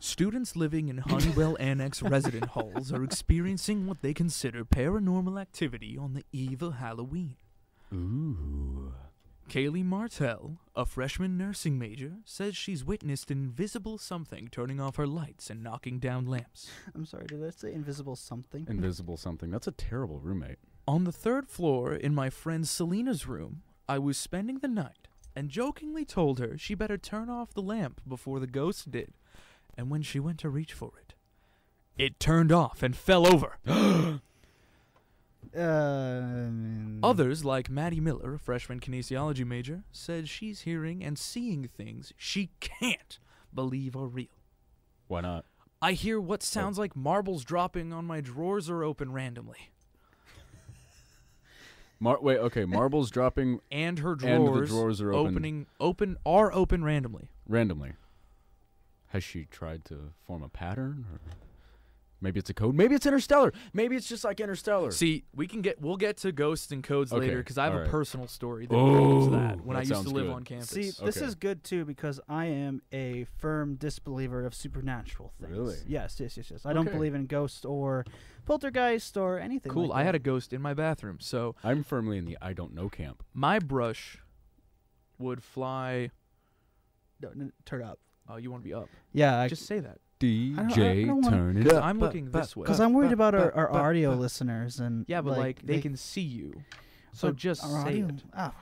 Speaker 2: Students living in Honeywell Annex resident halls are experiencing what they consider paranormal activity on the eve of Halloween.
Speaker 3: Ooh.
Speaker 2: Kaylee Martell, a freshman nursing major, says she's witnessed an invisible something turning off her lights and knocking down lamps.
Speaker 1: I'm sorry. Did I say invisible something?
Speaker 3: Invisible something. That's a terrible roommate.
Speaker 2: On the third floor in my friend Selena's room, I was spending the night and jokingly told her she better turn off the lamp before the ghost did. And when she went to reach for it, it turned off and fell over.
Speaker 3: Hmm.
Speaker 1: Uh, I mean-
Speaker 2: Others, like Maddie Miller, a freshman kinesiology major, said she's hearing and seeing things she can't believe are real.
Speaker 3: Why not?
Speaker 2: I hear
Speaker 3: Oh.
Speaker 2: what sounds like marbles dropping on my drawers are open randomly.
Speaker 3: Mar- wait, okay. Marbles dropping
Speaker 2: And her
Speaker 3: the
Speaker 2: drawers,
Speaker 3: drawers are open.
Speaker 2: opening open are open randomly.
Speaker 3: randomly. Has she tried to form a pattern? Or maybe it's a code. Maybe it's interstellar. Maybe it's just like interstellar.
Speaker 2: See, we can get we'll get to ghosts and codes
Speaker 3: Okay,
Speaker 2: later because I have a
Speaker 3: alright.
Speaker 2: personal story that involves
Speaker 3: Oh,
Speaker 2: that when
Speaker 3: that
Speaker 2: I used
Speaker 3: sounds
Speaker 2: to live
Speaker 3: good.
Speaker 2: on campus.
Speaker 1: See, this
Speaker 3: Okay.
Speaker 1: is good too because I am a firm disbeliever of supernatural things.
Speaker 3: Really?
Speaker 1: Yes, yes, yes, yes. I don't
Speaker 3: Okay.
Speaker 1: believe in ghosts or poltergeist or anything.
Speaker 2: cool.
Speaker 1: like
Speaker 2: I
Speaker 1: that.
Speaker 2: had a ghost in my bathroom, so
Speaker 3: I'm firmly in the I don't know camp.
Speaker 2: my brush would fly.
Speaker 1: No, no, turn up.
Speaker 2: Oh, you want to be up?
Speaker 1: Yeah, I,
Speaker 2: Just say
Speaker 1: I
Speaker 2: that.
Speaker 1: don't- I
Speaker 3: DJ,
Speaker 1: don't wanna-
Speaker 3: turn it
Speaker 2: Because
Speaker 3: up.
Speaker 2: I'm
Speaker 1: but-
Speaker 2: looking
Speaker 1: but-
Speaker 2: this way.
Speaker 1: Because I'm worried
Speaker 2: But-
Speaker 1: about our,
Speaker 2: but-
Speaker 1: our
Speaker 2: but-
Speaker 1: audio
Speaker 2: but-
Speaker 1: listeners and
Speaker 2: Yeah, but like, they, can see you, so
Speaker 1: but
Speaker 2: just
Speaker 1: our
Speaker 2: say
Speaker 1: audio-
Speaker 2: it.
Speaker 1: ah,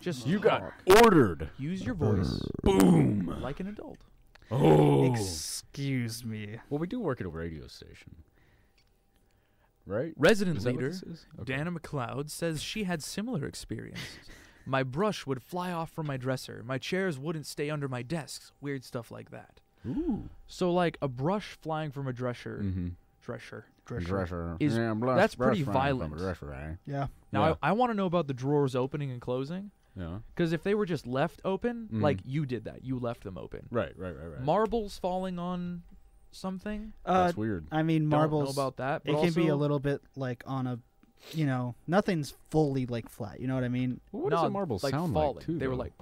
Speaker 2: Just
Speaker 3: You got
Speaker 2: talk.
Speaker 3: ordered.
Speaker 2: Use your voice
Speaker 8: Boom.
Speaker 2: like an adult.
Speaker 8: Oh.
Speaker 1: Excuse me.
Speaker 3: Well, we do work at a radio station, right?
Speaker 2: Resident
Speaker 3: Is that what
Speaker 2: leader
Speaker 3: this is? Okay.
Speaker 2: Dana McLeod says she had similar experiences. my brush would fly off from my dresser. My chairs wouldn't stay under my desks. Weird stuff like that.
Speaker 3: Ooh.
Speaker 2: So like a brush flying from a dresser,
Speaker 3: Mm-hmm.
Speaker 2: dresser.
Speaker 3: Dresser.
Speaker 2: Is-
Speaker 3: yeah, blush,
Speaker 2: that's
Speaker 3: brush
Speaker 2: pretty
Speaker 3: flying from
Speaker 2: violent.
Speaker 3: a Dresser, eh?
Speaker 1: Yeah.
Speaker 2: Now
Speaker 3: Yeah.
Speaker 2: I, I want to know about the drawers opening and closing
Speaker 3: Yeah.
Speaker 2: because if they were just left open,
Speaker 3: Mhm.
Speaker 2: like you did that, you left them open.
Speaker 3: Right, right, right, right.
Speaker 2: Marbles falling on something.
Speaker 1: Uh,
Speaker 3: that's weird.
Speaker 1: I mean, marbles.
Speaker 2: Don't know about that. But
Speaker 1: it can be a
Speaker 2: also-
Speaker 1: little bit like on a, you know, nothing's fully like flat. You know what I mean?
Speaker 3: Well, what does
Speaker 2: no,
Speaker 3: a marble
Speaker 2: like
Speaker 3: sound
Speaker 2: falling.
Speaker 3: like, too?
Speaker 2: They were
Speaker 3: though?
Speaker 2: like,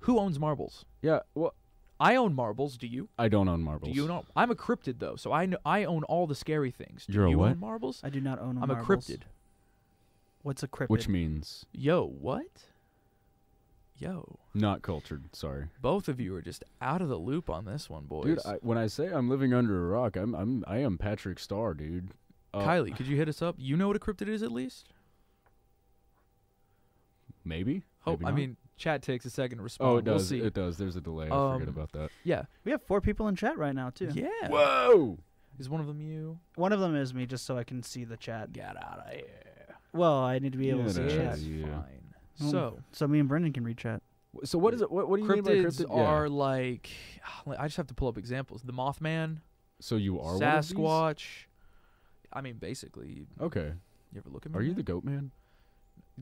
Speaker 2: "Who owns marbles?
Speaker 3: yeah. Well,
Speaker 2: I own marbles. Do you?
Speaker 3: I don't own marbles.
Speaker 2: Do you know? I'm a cryptid though, so I know I own all the scary things. Do
Speaker 3: You're a
Speaker 2: you
Speaker 3: what?
Speaker 2: own marbles?
Speaker 1: I do not own.
Speaker 2: I'm a
Speaker 1: marbles.
Speaker 2: cryptid.
Speaker 1: What's a cryptid?
Speaker 3: Which means
Speaker 2: Yo, what? Yo,
Speaker 3: Not cultured. Sorry,
Speaker 2: both of you are just out of the loop on this one, boys.
Speaker 3: dude. I, when I say I'm living under a rock, I'm I'm I am Patrick Starr, dude. Uh,
Speaker 2: Kylie, could you hit us up? You know what a cryptid is, at least.
Speaker 3: maybe.
Speaker 2: Hope.
Speaker 3: Maybe
Speaker 2: I
Speaker 3: not.
Speaker 2: mean, chat takes a second to respond.
Speaker 3: Oh, it
Speaker 2: We'll
Speaker 3: does.
Speaker 2: see.
Speaker 3: it does. There's a delay. I forget
Speaker 2: Um,
Speaker 3: about that.
Speaker 2: yeah.
Speaker 1: We have four people in chat right now too.
Speaker 2: Yeah.
Speaker 3: Whoa!
Speaker 2: Is one of them you?
Speaker 1: One of them is me, just so I can see the chat.
Speaker 2: Get out of here.
Speaker 1: Well, I need to be able
Speaker 3: Yeah,
Speaker 1: to see
Speaker 3: that's
Speaker 1: chat.
Speaker 2: It's
Speaker 3: yeah.
Speaker 2: fine.
Speaker 1: Um,
Speaker 2: So.
Speaker 1: so me and Brendan can read chat.
Speaker 3: Wh- So what is it? What, what do you mean by
Speaker 2: Cryptids
Speaker 3: cryptid? Yeah.
Speaker 2: are like, I just have to pull up examples. The Mothman,
Speaker 3: So you are One of
Speaker 2: Sasquatch. I mean, basically, you,
Speaker 3: these? Okay.
Speaker 2: you ever look at me?
Speaker 3: Are you the goat man?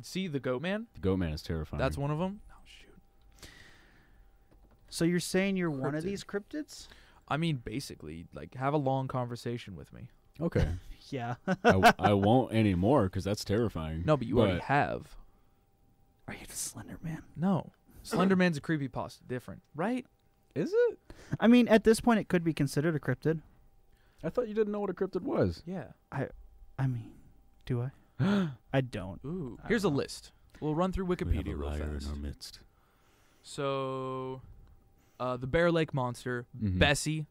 Speaker 2: see the goat man?
Speaker 3: The goat man is terrifying.
Speaker 2: That's one of them. Oh shoot!
Speaker 1: So you're saying you're one of
Speaker 2: Cryptid.
Speaker 1: these cryptids?
Speaker 2: I mean, basically, like have a long conversation with me.
Speaker 3: okay.
Speaker 1: Yeah.
Speaker 3: I, w- I won't anymore because that's terrifying.
Speaker 2: No, but you already have.
Speaker 1: Are you the Slender Man?
Speaker 2: No, Slenderman's a creepy pasta, different, right?
Speaker 3: Is it?
Speaker 1: I mean, at this point, it could be considered a cryptid.
Speaker 3: I thought you didn't know what a cryptid was.
Speaker 2: Yeah.
Speaker 1: I mean, do I? I don't.
Speaker 2: Ooh.
Speaker 1: I
Speaker 2: Here's a
Speaker 1: don't know.
Speaker 2: list. We'll run through Wikipedia real fast.
Speaker 8: midst.
Speaker 2: So, uh, the Bear Lake monster,
Speaker 3: Mhm.
Speaker 2: Bessie,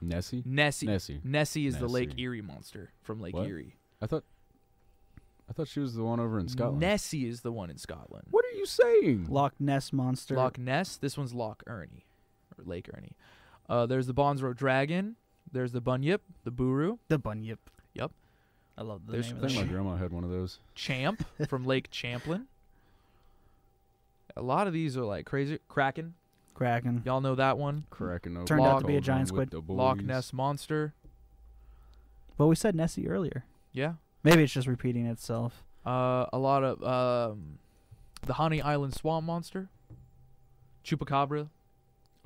Speaker 3: Nessie.
Speaker 2: Nessie.
Speaker 3: Nessie.
Speaker 2: Nessie is the Lake
Speaker 3: Nessie.
Speaker 2: Erie monster from Lake
Speaker 3: What?
Speaker 2: Erie.
Speaker 3: I thought. I thought she was the one over in Scotland.
Speaker 2: Nessie is the one in Scotland.
Speaker 3: What are you saying?
Speaker 1: Loch Ness monster.
Speaker 2: Mm. Loch Ness. This one's Loch Ernie, or Lake Ernie. Uh, there's the Bonzro Dragon. There's the Bunyip, the Buru.
Speaker 1: the Bunyip.
Speaker 2: Yep.
Speaker 1: I love the
Speaker 2: There's
Speaker 1: name
Speaker 3: I
Speaker 1: of that
Speaker 3: think my
Speaker 1: shit.
Speaker 3: grandma had one of those.
Speaker 2: Champ from Lake Champlain. A lot of these are like crazy. Kraken,
Speaker 1: Kraken.
Speaker 2: y'all know that one.
Speaker 3: Cracking open.
Speaker 1: Turned
Speaker 2: out
Speaker 1: to be a
Speaker 3: Golden
Speaker 1: giant
Speaker 3: with
Speaker 1: squid.
Speaker 3: the
Speaker 2: Loch
Speaker 3: boys.
Speaker 2: Ness monster.
Speaker 1: But we said Nessie earlier.
Speaker 2: Yeah.
Speaker 1: Maybe it's just repeating itself.
Speaker 2: Uh, a lot of um, the Honey Island swamp monster, chupacabra,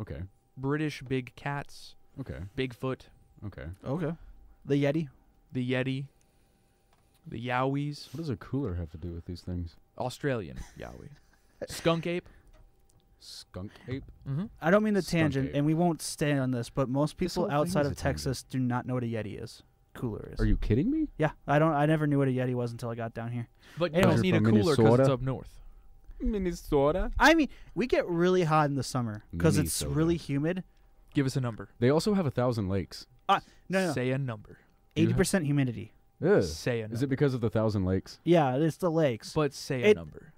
Speaker 3: Okay.
Speaker 2: British big cats,
Speaker 3: Okay.
Speaker 2: Bigfoot,
Speaker 3: Okay.
Speaker 1: Okay. The Yeti.
Speaker 2: the Yeti, the Yowies,
Speaker 3: What does a cooler have to do with these things?
Speaker 2: Australian Yowie, skunk ape.
Speaker 3: Skunk ape?
Speaker 2: Mm-hmm.
Speaker 1: I don't mean the
Speaker 3: Skunk
Speaker 1: tangent,
Speaker 3: ape.
Speaker 1: and we won't stay on this, but most
Speaker 3: This
Speaker 1: people
Speaker 3: whole thing
Speaker 1: outside
Speaker 3: is
Speaker 1: of
Speaker 3: a tangent.
Speaker 1: Texas do not know what a Yeti is. Cooler is.
Speaker 3: Are you kidding me?
Speaker 1: Yeah, I don't. I never knew what a Yeti was until I got down here.
Speaker 2: But you
Speaker 1: Anyways,
Speaker 2: don't need a
Speaker 3: from
Speaker 2: cooler because it's
Speaker 3: Minnesota.
Speaker 2: up north.
Speaker 3: Minnesota.
Speaker 1: I mean, we get really hot in the summer because it's
Speaker 3: Minnesota.
Speaker 1: really humid.
Speaker 2: Give us a number.
Speaker 3: They also have a thousand lakes.
Speaker 1: Ah, no, no,
Speaker 2: Say a number.
Speaker 3: you
Speaker 1: eighty
Speaker 3: have-
Speaker 1: percent humidity.
Speaker 3: Ugh.
Speaker 2: Say a number.
Speaker 3: Is it because of the thousand lakes?
Speaker 1: Yeah, it's the lakes.
Speaker 2: but say a
Speaker 1: it-
Speaker 2: number.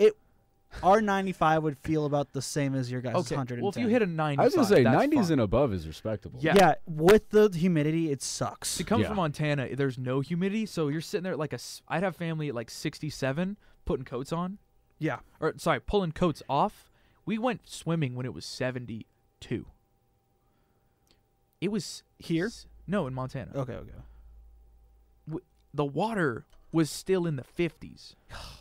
Speaker 1: R ninety five would feel about the same as your guys.
Speaker 2: Okay.
Speaker 1: hundred.
Speaker 2: Well, if you hit a 90,
Speaker 3: I was gonna say nineties
Speaker 2: nineties
Speaker 3: and above is respectable.
Speaker 2: Yeah.
Speaker 1: yeah. with the humidity, it sucks.
Speaker 2: To come
Speaker 3: Yeah.
Speaker 2: from Montana, there's no humidity, so you're sitting there at like a. s- I'd have family at like 67 putting coats on,
Speaker 1: Yeah,
Speaker 2: or sorry, pulling coats off. We went swimming when it was 72. It was
Speaker 1: Here? Oh.
Speaker 2: s- No, in Montana.
Speaker 1: okay, okay.
Speaker 2: The water was still in the 50s.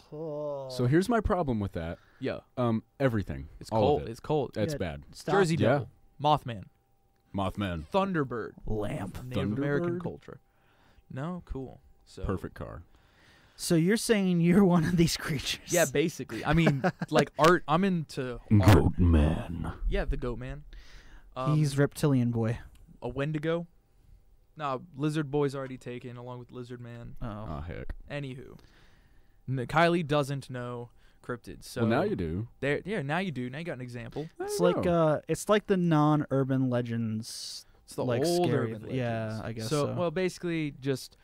Speaker 3: So here's my problem with that.
Speaker 2: Yeah,
Speaker 3: Um, everything.
Speaker 2: it's
Speaker 3: All
Speaker 2: cold.
Speaker 3: Of it.
Speaker 2: It's cold.
Speaker 3: That's
Speaker 1: Yeah.
Speaker 3: bad.
Speaker 1: Stop.
Speaker 2: Jersey
Speaker 3: Yeah.
Speaker 2: Devil, Mothman,
Speaker 3: Mothman.
Speaker 2: Thunderbird,
Speaker 1: lamp.
Speaker 2: Native American
Speaker 3: Thunderbird?
Speaker 2: culture. No, cool. So
Speaker 3: Perfect car.
Speaker 1: So you're saying you're one of these creatures?
Speaker 2: Yeah, basically. I mean, like art. I'm into art.
Speaker 8: Goat man.
Speaker 2: Yeah, the goat man. Um,
Speaker 1: he's reptilian boy.
Speaker 2: a Wendigo. Nah, Lizard Boy's already taken along with Lizard Man.
Speaker 1: Oh,
Speaker 3: Oh heck.
Speaker 2: Anywho, N- Kylie doesn't know cryptids. So
Speaker 3: well, now you do.
Speaker 2: There, yeah, now you do. Now you got an example.
Speaker 3: I
Speaker 1: it's
Speaker 3: don't
Speaker 1: like
Speaker 3: know.
Speaker 1: uh, it's like the non-urban legends.
Speaker 2: It's the
Speaker 1: Like
Speaker 2: old
Speaker 1: scary
Speaker 2: urban
Speaker 1: th- yeah,
Speaker 2: legends.
Speaker 1: I guess so.
Speaker 2: well, basically, just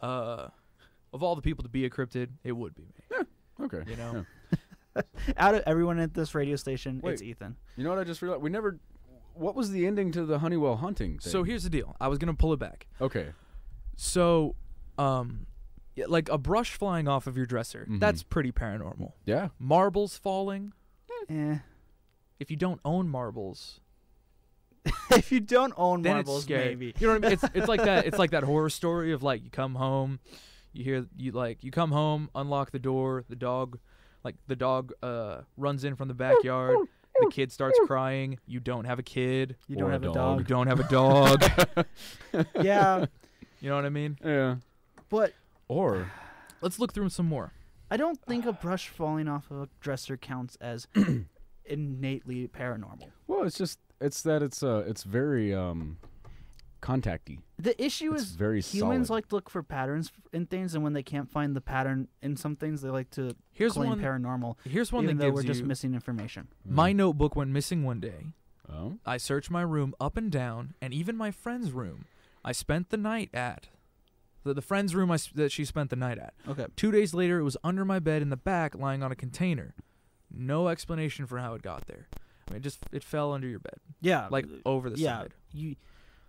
Speaker 2: uh, of all the people to be a cryptid, it would be me.
Speaker 3: okay.
Speaker 2: uh, You know,
Speaker 1: Out of everyone at this radio station,
Speaker 3: Wait.
Speaker 1: it's Ethan.
Speaker 3: You know what I just realized? We never. What was the ending to the Honeywell hunting? Thing?
Speaker 2: So here's the deal. I was gonna pull it back.
Speaker 3: Okay.
Speaker 2: So, um, yeah, like a brush flying off of your dresser. That's pretty paranormal.
Speaker 3: Yeah.
Speaker 2: Marbles falling.
Speaker 1: Eh.
Speaker 2: If you don't own marbles,
Speaker 1: if you don't own
Speaker 2: then
Speaker 1: marbles,
Speaker 2: it's scary.
Speaker 1: maybe.
Speaker 2: You know what I mean? It's it's like that. It's like that horror story of like you come home, you hear you like you come home, unlock the door, the dog, like the dog uh runs in from the backyard. The kid starts crying. You don't have a kid.
Speaker 1: You
Speaker 3: Or
Speaker 1: don't
Speaker 3: a
Speaker 1: have a
Speaker 2: You
Speaker 1: dog.
Speaker 3: dog.
Speaker 2: don't have a dog.
Speaker 1: yeah,
Speaker 2: you know what I mean?
Speaker 3: Yeah.
Speaker 1: but
Speaker 3: Or
Speaker 2: Let's look through some more.
Speaker 1: I don't think a brush falling off of a dresser counts as innately paranormal.
Speaker 3: well, it's just it's that it's uh it's very um contacty.
Speaker 1: The issue
Speaker 3: It's
Speaker 1: is
Speaker 3: very
Speaker 1: humans
Speaker 3: solid.
Speaker 1: like to look for patterns in things, and when they can't find the pattern in some things, they like to
Speaker 2: Here's
Speaker 1: claim
Speaker 2: one.
Speaker 1: paranormal.
Speaker 2: here's one
Speaker 1: even
Speaker 2: that
Speaker 1: though
Speaker 2: gives
Speaker 1: we're
Speaker 2: you.
Speaker 1: just missing information.
Speaker 2: my notebook went missing one day.
Speaker 3: Oh.
Speaker 2: I searched my room up and down, and even my friend's room. I spent the night at the, the friend's room I, s- that she spent the night at.
Speaker 1: Okay.
Speaker 2: Two days later, it was under my bed in the back, lying on a container. No explanation for how it got there. I mean, it just it fell under your bed,
Speaker 1: Yeah.
Speaker 2: like over the
Speaker 1: yeah.
Speaker 2: side.
Speaker 1: You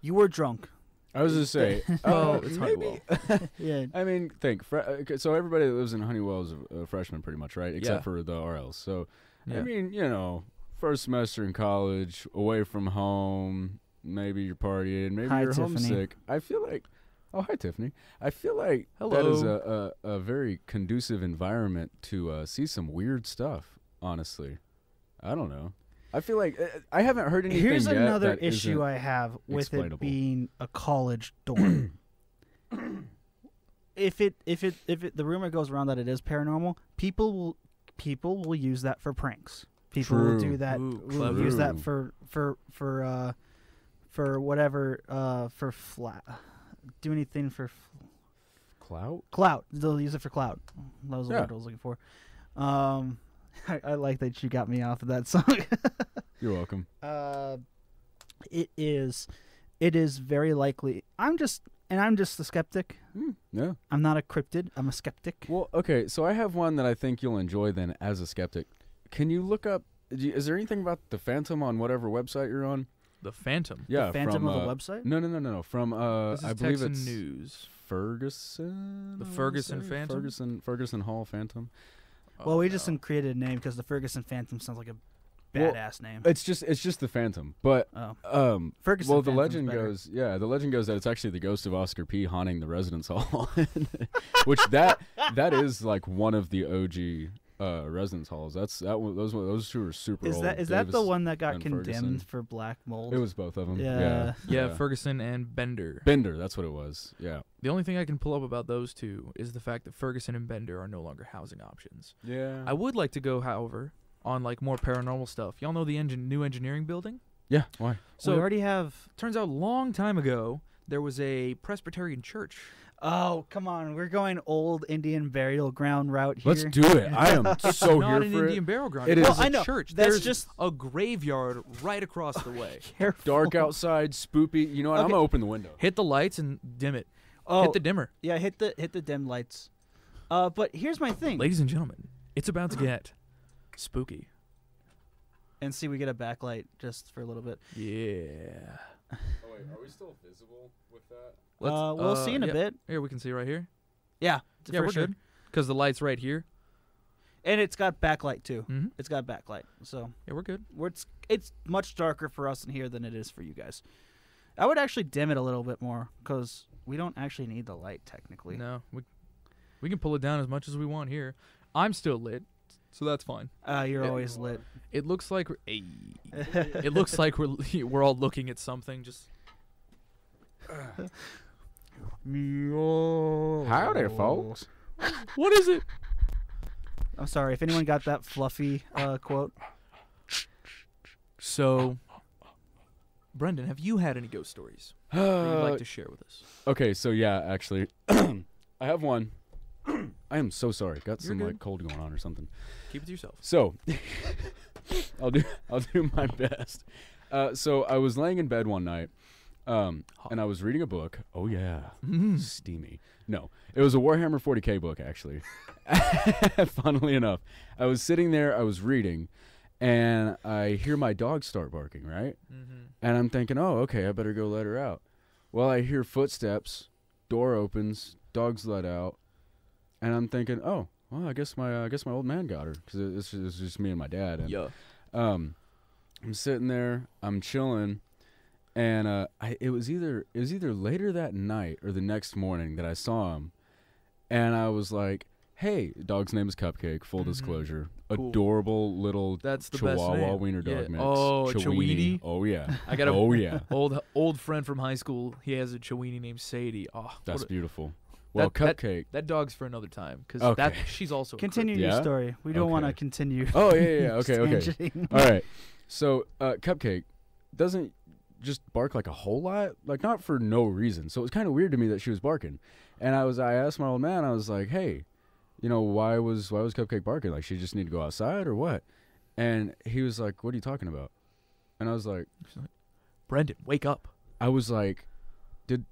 Speaker 1: you were drunk.
Speaker 3: I was just say.
Speaker 2: Oh,
Speaker 3: uh,
Speaker 2: it's
Speaker 3: maybe.
Speaker 2: Honeywell.
Speaker 1: Yeah.
Speaker 3: I mean, think. Fre- okay, so everybody that lives in Honeywell is a, a freshman, pretty much, right? Except
Speaker 2: Yeah.
Speaker 3: for the RLs. So I
Speaker 2: Yeah.
Speaker 3: mean, you know, first semester in college, away from home, maybe you're partying, maybe
Speaker 1: Hi,
Speaker 3: you're
Speaker 1: Tiffany.
Speaker 3: homesick. I feel like, oh hi Tiffany. I feel like that is a, a, a very conducive environment to uh, see some weird stuff. Honestly, I don't know. I feel like uh, I haven't heard anything.
Speaker 1: Here's
Speaker 3: yet
Speaker 1: another
Speaker 3: that
Speaker 1: issue
Speaker 3: isn't-
Speaker 1: I have with it
Speaker 3: explainable.
Speaker 1: being a college dorm. if it if it if it the rumor goes around that it is paranormal, people will people will use that for pranks. People will
Speaker 3: True.
Speaker 1: do that.
Speaker 2: Ooh,
Speaker 1: will use that
Speaker 3: True.
Speaker 1: for for for uh for whatever uh for flat do anything for f-
Speaker 3: clout.
Speaker 1: clout. They'll use it for clout. That was the
Speaker 3: Yeah.
Speaker 1: word I was looking for. Um I, I like that you got me off of that song.
Speaker 3: You're welcome.
Speaker 1: Uh, it is it is very likely i'm just and i'm just a skeptic
Speaker 3: Hmm, yeah.
Speaker 1: i'm not a cryptid i'm a skeptic
Speaker 3: Well, okay, so I have one that I think you'll enjoy then as a skeptic. Can you look up do you- is there anything about the phantom on whatever website you're on?
Speaker 2: The Phantom.
Speaker 3: Yeah,
Speaker 1: the Phantom
Speaker 3: from,
Speaker 1: of the
Speaker 3: uh,
Speaker 1: website.
Speaker 3: No, no, no, no, no. From uh,
Speaker 2: This is
Speaker 3: I believe
Speaker 2: Texan
Speaker 3: it's
Speaker 2: news.
Speaker 3: Ferguson.
Speaker 2: The
Speaker 3: I wanna
Speaker 2: Ferguson
Speaker 3: say?
Speaker 2: Phantom?
Speaker 3: Ferguson Ferguson Hall Phantom.
Speaker 1: well,
Speaker 3: Mm-hmm.
Speaker 2: Oh,
Speaker 1: we
Speaker 2: no.
Speaker 1: just created a name because the Ferguson Phantom sounds like a
Speaker 3: Well,
Speaker 1: badass name.
Speaker 3: It's just it's just the Phantom, but
Speaker 1: Oh,
Speaker 3: um.
Speaker 1: Ferguson.
Speaker 3: well, the
Speaker 1: Phantom's
Speaker 3: legend
Speaker 1: better.
Speaker 3: goes, yeah, the legend goes that it's actually the ghost of Oscar P haunting the residence hall, which that that is like one of the OG uh, residence halls. That's that one, those were- those two are super
Speaker 1: Is
Speaker 3: old.
Speaker 1: that is that the
Speaker 3: Davis-
Speaker 1: one that got
Speaker 3: and
Speaker 1: condemned
Speaker 3: Ferguson.
Speaker 1: for black mold?
Speaker 3: It was both of them. Yeah.
Speaker 1: Yeah.
Speaker 2: Yeah, Ferguson and Bender.
Speaker 3: Bender, that's what it was. Yeah.
Speaker 2: The only thing I can pull up about those two is the fact that Ferguson and Bender are no longer housing options.
Speaker 3: Yeah.
Speaker 2: I would like to go, however, on like more paranormal stuff. Y'all know the engine, new engineering building.
Speaker 3: yeah. Why?
Speaker 2: So
Speaker 1: we already have.
Speaker 2: turns out, long time ago, there was a Presbyterian church.
Speaker 1: Oh come on, we're going old Indian burial ground route here.
Speaker 3: Let's do it. I am so
Speaker 2: not
Speaker 3: here
Speaker 2: an
Speaker 3: for
Speaker 2: Indian
Speaker 3: it.
Speaker 2: burial ground.
Speaker 3: It
Speaker 2: It's
Speaker 3: is.
Speaker 2: a
Speaker 3: Well,
Speaker 1: I know.
Speaker 2: church.
Speaker 1: That's
Speaker 2: There's
Speaker 1: just-
Speaker 2: a graveyard right across the way.
Speaker 1: Careful.
Speaker 3: Dark outside, spoopy. You know what? I'm
Speaker 1: Okay.
Speaker 3: gonna open the window.
Speaker 2: Hit the lights and dim it.
Speaker 1: Oh
Speaker 2: Hit the dimmer,
Speaker 1: yeah, hit the hit the dim lights. Uh, but here's my thing.
Speaker 2: ladies and gentlemen. It's about to get spooky.
Speaker 1: And see, we get a backlight just for a little bit.
Speaker 2: Yeah.
Speaker 3: Oh wait, are we still visible with that?
Speaker 2: Let's-
Speaker 1: uh, we'll see in a
Speaker 2: yeah.
Speaker 1: bit.
Speaker 2: Here we can see right here.
Speaker 1: Yeah,
Speaker 2: yeah,
Speaker 1: for
Speaker 2: we're
Speaker 1: sure.
Speaker 2: good. Because the light's right here.
Speaker 1: And it's got backlight too.
Speaker 2: Mm-hmm.
Speaker 1: It's got backlight, so
Speaker 2: Yeah, we're good.
Speaker 1: we're, it's it's much darker for us in here than it is for you guys. I would actually dim it a little bit more because we don't actually need the light technically.
Speaker 2: No, we we can pull it down as much as we want here. I'm still lit, so that's fine.
Speaker 1: Uh, you're
Speaker 2: Yeah.
Speaker 1: always lit.
Speaker 2: It looks like we're- Ay. it looks like we're we're all looking at something. Just
Speaker 3: Howdy, folks.
Speaker 2: what is it?
Speaker 1: I'm sorry if anyone got that fluffy uh, quote.
Speaker 2: So, Brendan, have you had any ghost stories that you'd
Speaker 3: Uh,
Speaker 2: like to share with us?
Speaker 3: okay, so yeah, actually, I have one. I am so sorry. Got
Speaker 2: You're
Speaker 3: some
Speaker 2: good.
Speaker 3: like cold going on or something.
Speaker 2: Keep it to yourself.
Speaker 3: So, I'll do I'll do my best. Uh, so I was laying in bed one night, um, and I was reading a book. Oh yeah,
Speaker 2: Hmm.
Speaker 3: steamy. No, it was a Warhammer 40k book actually. Funnily enough, I was sitting there, I was reading, and I hear my dog start barking. Right, and I'm thinking, oh okay, I better go let her out. Well, I hear footsteps, door opens, dog's let out and I'm thinking, oh, well, I guess my uh, I guess my old man got her because it's, just- it's just me and my dad. And,
Speaker 2: Yeah.
Speaker 3: Um, I'm sitting there, I'm chilling, and uh, I it was either it was either later that night or the next morning that I saw him, and I was like, hey, dog's name is Cupcake. Full
Speaker 2: Mhm.
Speaker 3: disclosure,
Speaker 2: Cool.
Speaker 3: adorable little
Speaker 2: That's the best
Speaker 3: Chihuahua
Speaker 2: name.
Speaker 3: wiener dog
Speaker 2: Yeah.
Speaker 3: mix.
Speaker 2: Oh, a Chiweenie?
Speaker 3: Oh yeah.
Speaker 2: I got a
Speaker 3: oh yeah.
Speaker 2: old old friend from high school. He has a Chiweenie named Sadie. Oh, what
Speaker 3: That's
Speaker 2: a-
Speaker 3: beautiful. Well,
Speaker 2: that-
Speaker 3: Cupcake.
Speaker 2: that dog's for another time because that
Speaker 3: Okay.
Speaker 2: she's also a creep.
Speaker 1: Continue
Speaker 3: Yeah?
Speaker 1: your story. We don't want to
Speaker 3: Okay.
Speaker 1: continue.
Speaker 3: Oh yeah, yeah, yeah. okay, okay.
Speaker 1: tangent.
Speaker 3: All right. So, uh, Cupcake doesn't just bark like a whole lot, like not for no reason. So it was kind of weird to me that she was barking. And I was, I asked my old man, I was like, hey, you know, why was why was Cupcake barking? Like, she just need to go outside or what? And he was like, what are you talking about? And I was like,
Speaker 2: Brendan, wake up.
Speaker 3: I was like, did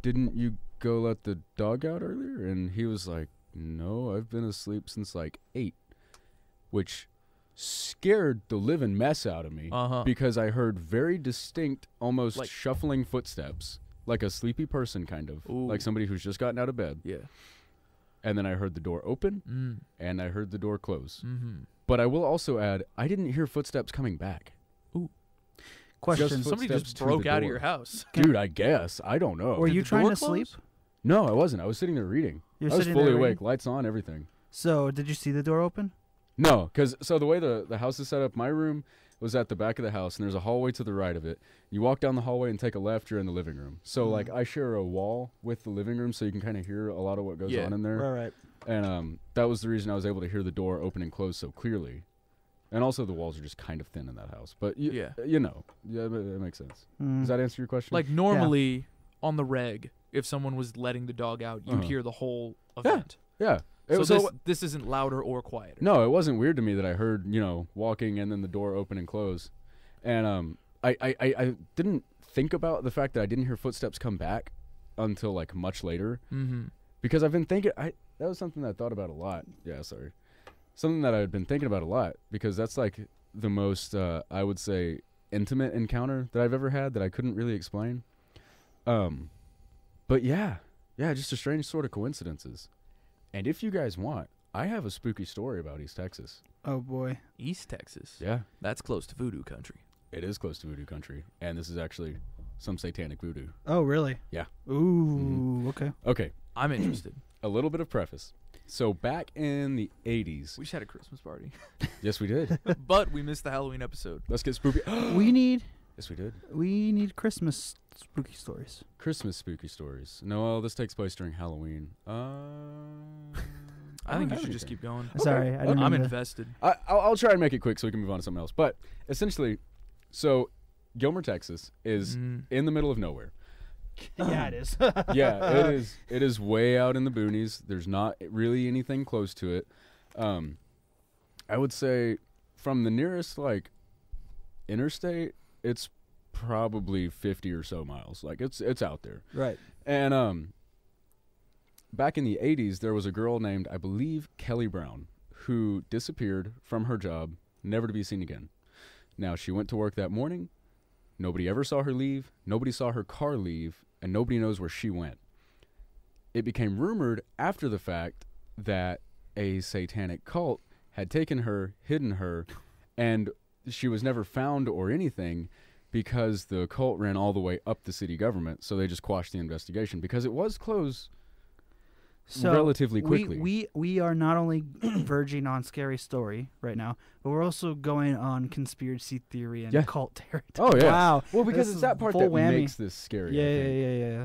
Speaker 3: didn't you go let the dog out earlier? And he was like, no, I've been asleep since like eight, which scared the living mess out of me
Speaker 2: Uh-huh.
Speaker 3: because I heard very distinct, almost
Speaker 2: Like-
Speaker 3: shuffling footsteps, like a sleepy person kind of,
Speaker 2: Ooh.
Speaker 3: like somebody who's just gotten out of bed.
Speaker 2: Yeah.
Speaker 3: And then I heard the door open
Speaker 2: Mm.
Speaker 3: and I heard the door close.
Speaker 2: Mm-hmm.
Speaker 3: But I will also add, I didn't hear footsteps coming back.
Speaker 1: Question:
Speaker 3: Just
Speaker 2: Somebody
Speaker 3: footsteps
Speaker 2: just
Speaker 3: to the
Speaker 2: broke out of
Speaker 3: door.
Speaker 2: your house.
Speaker 3: Dude, I guess I don't know.
Speaker 1: Were
Speaker 2: Did
Speaker 1: you
Speaker 2: the
Speaker 1: trying
Speaker 2: door
Speaker 1: to
Speaker 2: close?
Speaker 1: sleep?
Speaker 3: no, I wasn't. I was sitting there reading.
Speaker 1: You're
Speaker 3: I was
Speaker 1: sitting
Speaker 3: fully
Speaker 1: there
Speaker 3: awake,
Speaker 1: reading?
Speaker 3: lights on, everything.
Speaker 1: So, did you see the door open?
Speaker 3: No, because so the way the, the house is set up, my room was at the back of the house, and there's a hallway to the right of it. You walk down the hallway and take a left, you're in the living room.
Speaker 1: Mm-hmm.
Speaker 3: So like I share a wall with the living room, so you can kind of hear a lot of what goes
Speaker 2: Yeah.
Speaker 3: on in there.
Speaker 1: All right.
Speaker 3: And um, that was the reason I was able to hear the door open and close so clearly. And also the walls are just kind of thin in that house, but you,
Speaker 2: Yeah.
Speaker 3: you know, yeah, that that makes sense.
Speaker 1: Mm.
Speaker 3: Does that answer your question?
Speaker 2: Like normally on the reg, if someone was letting the dog out, you'd
Speaker 3: Uh-huh.
Speaker 2: hear the whole
Speaker 3: Yeah.
Speaker 2: event.
Speaker 3: yeah. It,
Speaker 2: so
Speaker 3: was.
Speaker 2: this, this isn't louder or quieter.
Speaker 3: No, it wasn't weird to me that I heard, you know, walking and then the door open and close. And um I, I, I, I didn't think about the fact that I didn't hear footsteps come back until like much later.
Speaker 2: Mm-hmm.
Speaker 3: Because I've been thinking I that was something that I thought about a lot. Yeah, sorry. Something that I had been thinking about a lot because that's like the most uh, I would say intimate encounter that I've ever had that I couldn't really explain. Um, but yeah, yeah, just a strange sort of coincidences. And if you guys want, I have a spooky story about East Texas.
Speaker 1: Oh boy.
Speaker 2: East Texas.
Speaker 3: Yeah,
Speaker 2: That's close to voodoo country.
Speaker 3: it is close to voodoo country, and this is actually some satanic voodoo.
Speaker 1: Oh really?
Speaker 3: Yeah. Mm-hmm.
Speaker 1: Ooh. Okay.
Speaker 3: Okay,
Speaker 2: I'm interested.
Speaker 3: a little bit of preface. So back in the '80s,
Speaker 2: we just had a Christmas party,
Speaker 3: yes, we did.
Speaker 2: but we missed the Halloween episode.
Speaker 3: Let's get spooky.
Speaker 1: We need
Speaker 3: yes, we did.
Speaker 1: we need Christmas spooky stories.
Speaker 3: Christmas spooky stories. No, well, this takes place during Halloween. Uh,
Speaker 2: I think you
Speaker 3: don't have
Speaker 2: should just
Speaker 3: anything.
Speaker 2: keep going.
Speaker 1: Sorry, I didn't
Speaker 2: I'm
Speaker 1: mean uh, to-
Speaker 2: invested.
Speaker 3: I, I'll, I'll try and make it quick so we can move on to something else. But essentially, so Gilmer, Texas, is
Speaker 2: Mm.
Speaker 3: in the middle of nowhere.
Speaker 1: yeah, it is.
Speaker 3: yeah, it is. It is way out in the boonies. There's not really anything close to it. Um, I would say from the nearest like interstate, it's probably 50 or so miles. Like it's it's out there.
Speaker 1: right.
Speaker 3: And um, back in the '80s, there was a girl named, I believe, Kelly Brown, who disappeared from her job, never to be seen again. Now she went to work that morning. Nobody ever saw her leave. Nobody saw her car leave, and nobody knows where she went. It became rumored after the fact that a satanic cult had taken her, hidden her, and she was never found or anything because the cult ran all the way up the city government, so they just quashed the investigation because it was closed.
Speaker 1: So
Speaker 3: Relatively
Speaker 1: we-
Speaker 3: quickly.
Speaker 1: we we are not only verging on scary story right now, but we're also going on conspiracy theory and
Speaker 3: Yeah.
Speaker 1: cult territory.
Speaker 3: Oh yeah.
Speaker 1: Wow.
Speaker 3: Well, because
Speaker 1: This
Speaker 3: it's
Speaker 1: is
Speaker 3: that part
Speaker 1: full
Speaker 3: that
Speaker 1: whammy.
Speaker 3: makes this scary. I
Speaker 1: Yeah, yeah,
Speaker 3: think.
Speaker 1: yeah, yeah, yeah.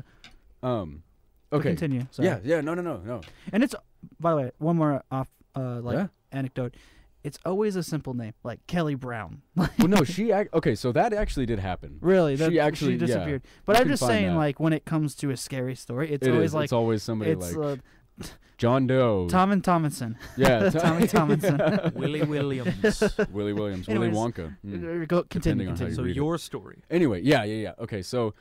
Speaker 3: Um.
Speaker 1: But
Speaker 3: Okay.
Speaker 1: continue. Sorry.
Speaker 3: Yeah, yeah, no, no, no, no.
Speaker 1: And it's by the way, one more off uh like
Speaker 3: Yeah.
Speaker 1: anecdote. It's always a simple name, like Kelly Brown.
Speaker 3: Well, no, she. Ac- okay, so that actually did happen.
Speaker 1: really, that,
Speaker 3: She actually- yeah.
Speaker 1: disappeared. But
Speaker 3: You
Speaker 1: I'm
Speaker 3: can
Speaker 1: just
Speaker 3: find
Speaker 1: saying,
Speaker 3: that.
Speaker 1: like when it comes to a scary story, it's
Speaker 3: It
Speaker 1: always
Speaker 3: is.
Speaker 1: like
Speaker 3: it's always somebody
Speaker 1: it's
Speaker 3: like
Speaker 1: uh,
Speaker 3: John Doe.
Speaker 1: Tom and Tomlinson.
Speaker 3: yeah,
Speaker 1: Tommy Tomlinson.
Speaker 2: Willie Williams.
Speaker 3: Willie Williams, Willie
Speaker 1: Anyways,
Speaker 3: Wonka. Mm.
Speaker 1: Uh, Go, continue.
Speaker 3: Depending on how
Speaker 1: continue.
Speaker 2: so
Speaker 3: read it.
Speaker 2: your story.
Speaker 3: Anyway, yeah, yeah, yeah. Okay, so,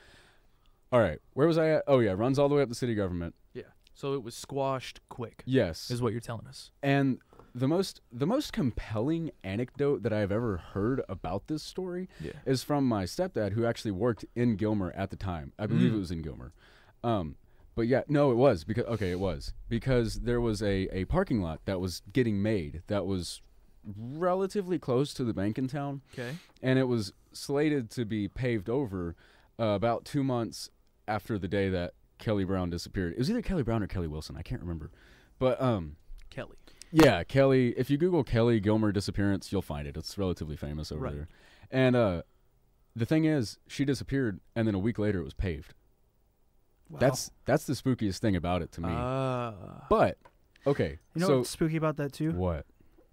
Speaker 3: all right, where was I at? Oh yeah, runs all the way up the city government.
Speaker 2: Yeah. So it was squashed quick,
Speaker 3: Yes,
Speaker 2: is what you're telling us.
Speaker 3: And the most the most compelling anecdote that I've ever heard about this story
Speaker 2: Yeah.
Speaker 3: is from my stepdad who actually worked in Gilmer at the time. I believe
Speaker 2: Mm.
Speaker 3: it was in Gilmer. Um but yeah, no, it was because okay, it was because there was a, a parking lot that was getting made that was relatively close to the bank in town,
Speaker 2: Okay.
Speaker 3: and it was slated to be paved over uh, about two months after the day that Kelly Brown disappeared. It was either Kelly Brown or Kelly Wilson, I can't remember, but um,
Speaker 2: Kelly.
Speaker 3: yeah, Kelly. If you Google Kelly Gilmer disappearance, you'll find it. It's relatively famous over
Speaker 2: Right.
Speaker 3: there. And uh, the thing is, she disappeared, and then a week later, it was paved. That's that's the spookiest thing about it to me.
Speaker 2: Ah.
Speaker 3: but okay,
Speaker 1: Uh, You know
Speaker 3: so
Speaker 1: what's spooky about that too?
Speaker 3: what?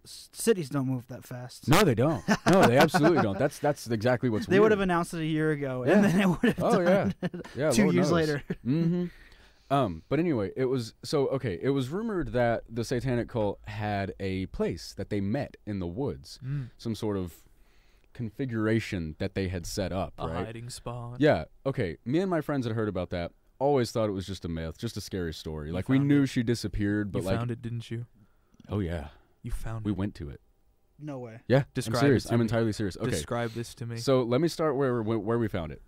Speaker 1: S- Cities don't move that fast.
Speaker 3: No, they don't. No, they absolutely don't. That's that's exactly what's.
Speaker 1: they would have announced it a year ago, and
Speaker 3: Yeah.
Speaker 1: then it would have
Speaker 3: Oh yeah,
Speaker 1: done
Speaker 3: yeah.
Speaker 1: two
Speaker 3: Lord
Speaker 1: years
Speaker 3: knows.
Speaker 1: later.
Speaker 3: hmm Um, but anyway, it was so okay. It was rumored that the Satanic cult had a place that they met in the woods,
Speaker 2: Mm.
Speaker 3: some sort of configuration that they had set up,
Speaker 2: A
Speaker 3: right?
Speaker 2: hiding spot.
Speaker 3: Yeah. Okay. Me and my friends had heard about that. Always thought it was just a myth, just a scary story.
Speaker 2: You
Speaker 3: like we
Speaker 2: found
Speaker 3: knew she disappeared, but
Speaker 2: you
Speaker 3: like,
Speaker 2: found it, didn't you?
Speaker 3: oh yeah,
Speaker 2: You found
Speaker 3: we
Speaker 2: it.
Speaker 3: went to it.
Speaker 1: No way.
Speaker 3: Yeah.
Speaker 2: Describe
Speaker 3: I'm serious.
Speaker 2: it to
Speaker 3: I'm
Speaker 2: me.
Speaker 3: entirely serious. Okay.
Speaker 2: Describe this to me.
Speaker 3: So let me start where we- where we found it.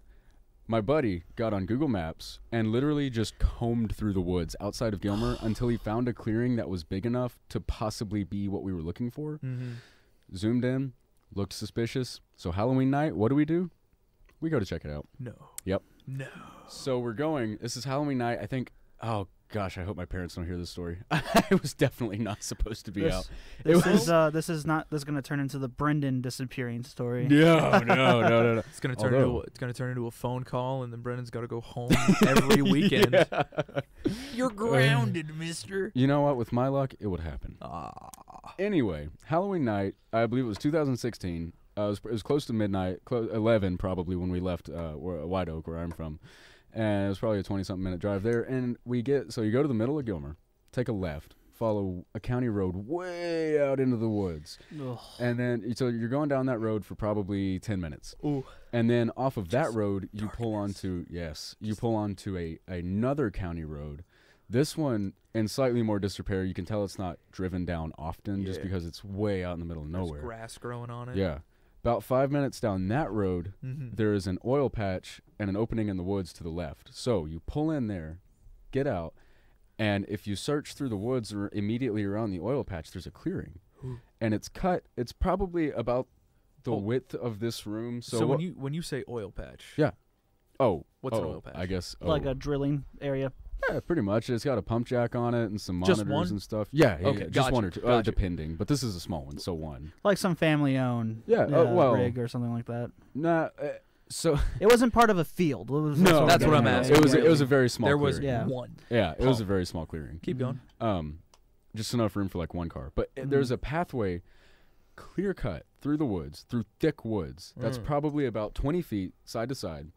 Speaker 3: My buddy got on Google Maps and literally just combed through the woods outside of Gilmer until he found a clearing that was big enough to possibly be what we were looking for.
Speaker 2: hmm
Speaker 3: Zoomed in, looked suspicious. So Halloween night, what do we do? We go to check it out.
Speaker 2: No.
Speaker 3: Yep.
Speaker 2: No.
Speaker 3: So we're going. This is Halloween night. I think. Oh gosh, I hope my parents don't hear this story. I was definitely not supposed to be
Speaker 1: This-
Speaker 3: out. It
Speaker 1: This
Speaker 3: was-
Speaker 1: is uh, this is not this is gonna turn into the Brendan disappearing story.
Speaker 3: No, no, no, no, no.
Speaker 2: It's gonna turn
Speaker 3: Although-
Speaker 2: into a, it's gonna turn into a phone call, and then Brennan's got to go home every weekend. You're grounded, Mister.
Speaker 3: Um, You know what? With my luck, it would happen.
Speaker 2: Ah.
Speaker 3: Anyway, Halloween night, I believe it was 2016. Uh, it, was, it was close to midnight, clo- 11 probably when we left uh, where, White Oak, where I'm from. And it was probably a 20 something minute drive there. And we get, so you go to the middle of Gilmer, take a left, follow a county road way out into the woods.
Speaker 1: Ugh.
Speaker 3: And then, so you're going down that road for probably 10 minutes.
Speaker 2: Ooh.
Speaker 3: And then off of that
Speaker 2: Just
Speaker 3: road, you pull
Speaker 2: darkness.
Speaker 3: onto, yes, you pull onto a another county road. This one in slightly more disrepair. You can tell it's not driven down often just
Speaker 2: Yeah.
Speaker 3: because it's way out in the middle of
Speaker 2: There's
Speaker 3: nowhere.
Speaker 2: grass growing on it.
Speaker 3: Yeah. About five minutes down that road,
Speaker 2: Mm-hmm.
Speaker 3: there is an oil patch and an opening in the woods to the left. So you pull in there, get out, and if you search through the woods or immediately around the oil patch, there's a clearing,
Speaker 2: Ooh.
Speaker 3: and it's cut. It's probably about the
Speaker 2: Oh.
Speaker 3: width of this room.
Speaker 2: So,
Speaker 3: So,
Speaker 2: when
Speaker 3: what-
Speaker 2: you when you say oil patch,
Speaker 3: Yeah. oh,
Speaker 2: what's an
Speaker 3: oh,
Speaker 2: oil patch?
Speaker 3: I guess
Speaker 1: Like
Speaker 3: oh.
Speaker 1: a drilling area.
Speaker 3: yeah, pretty much. It's got a pump jack on it and some
Speaker 2: Just
Speaker 3: monitors
Speaker 2: one?
Speaker 3: and stuff. Yeah, yeah,
Speaker 2: Okay,
Speaker 3: yeah, just
Speaker 2: gotcha,
Speaker 3: one or two, uh,
Speaker 2: gotcha.
Speaker 3: depending. But this is a small one, so one.
Speaker 1: Like some family owned
Speaker 3: Yeah, uh, well-
Speaker 1: rig or something like that.
Speaker 3: Nah, uh, so
Speaker 1: It wasn't part of a field. What was-
Speaker 3: no,
Speaker 2: That's
Speaker 3: no,
Speaker 2: what I'm
Speaker 3: no,
Speaker 1: yeah,
Speaker 2: asking.
Speaker 3: It was
Speaker 1: yeah,
Speaker 3: a, it was a very small.
Speaker 2: there was
Speaker 3: clearing.
Speaker 1: Yeah. Mm-hmm.
Speaker 2: one.
Speaker 3: yeah, it was a
Speaker 2: pump.
Speaker 3: very small clearing.
Speaker 2: Keep going.
Speaker 3: um, just enough room for like one car. But it- there's
Speaker 2: Mm.
Speaker 1: Mhm.
Speaker 3: a pathway, clear cut through the woods, through thick woods. That's
Speaker 2: Mm.
Speaker 3: probably about 20 feet side to side,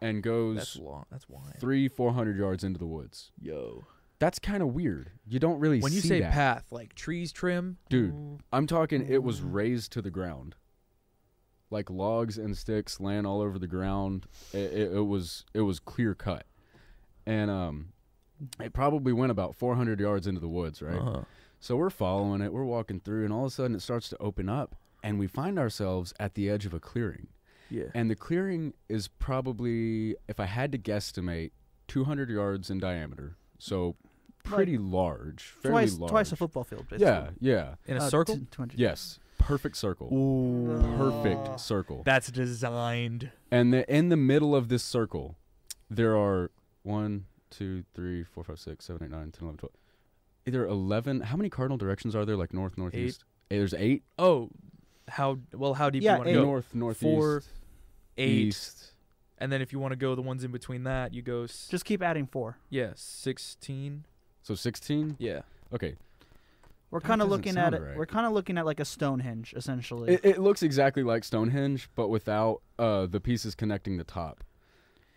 Speaker 3: and
Speaker 2: That's
Speaker 3: goes
Speaker 2: long. That's wide.
Speaker 3: three, four hundred yards into the woods.
Speaker 2: Yo.
Speaker 3: That's kind of weird. You don't really
Speaker 2: When you
Speaker 3: see
Speaker 2: say
Speaker 3: that.
Speaker 2: path, like trees trim,
Speaker 1: Mm.
Speaker 3: Dude. I'm talking. It was raised to the ground, like logs and sticks laying all over the ground. It, it, it was it was clear cut, and um, it probably went about 400 yards into the woods, right?
Speaker 2: Uh-huh.
Speaker 3: So we're following it, we're walking through, and all of a sudden it starts to open up, and we find ourselves at the edge of a clearing.
Speaker 2: Yeah.
Speaker 3: And the clearing is probably, if I had to guesstimate, 200 yards in diameter. So pretty large, fairly
Speaker 1: twice,
Speaker 3: large.
Speaker 1: twice a football field. Basically.
Speaker 3: Yeah, yeah.
Speaker 2: In a
Speaker 1: Uh,
Speaker 2: circle.
Speaker 1: t- 200.
Speaker 3: Yes. Perfect circle.
Speaker 2: Ooh.
Speaker 3: Perfect circle.
Speaker 2: That's designed.
Speaker 3: And the, in the middle of this circle, there are one, two, three, four, five, six, seven, eight, nine, 10, 11, 12. Either 11, how many cardinal directions are there? Like north, northeast? Eh, There's eight?
Speaker 2: Oh, how well? How deep
Speaker 1: Yeah,
Speaker 2: you want to
Speaker 1: eight.
Speaker 2: go?
Speaker 3: North, northeast,
Speaker 2: Four, Eight,
Speaker 3: east.
Speaker 2: and then if you want to go the ones in between that, you go. S-
Speaker 1: Just keep adding four.
Speaker 2: yeah, sixteen.
Speaker 3: So 16?
Speaker 2: Yeah.
Speaker 3: Okay.
Speaker 1: We're
Speaker 3: That
Speaker 1: kind of
Speaker 3: doesn't
Speaker 1: looking at
Speaker 3: sound
Speaker 1: it.
Speaker 3: right.
Speaker 1: We're kind of looking at like a Stonehenge, essentially.
Speaker 3: It, it looks exactly like Stonehenge, but without uh, the pieces connecting the top.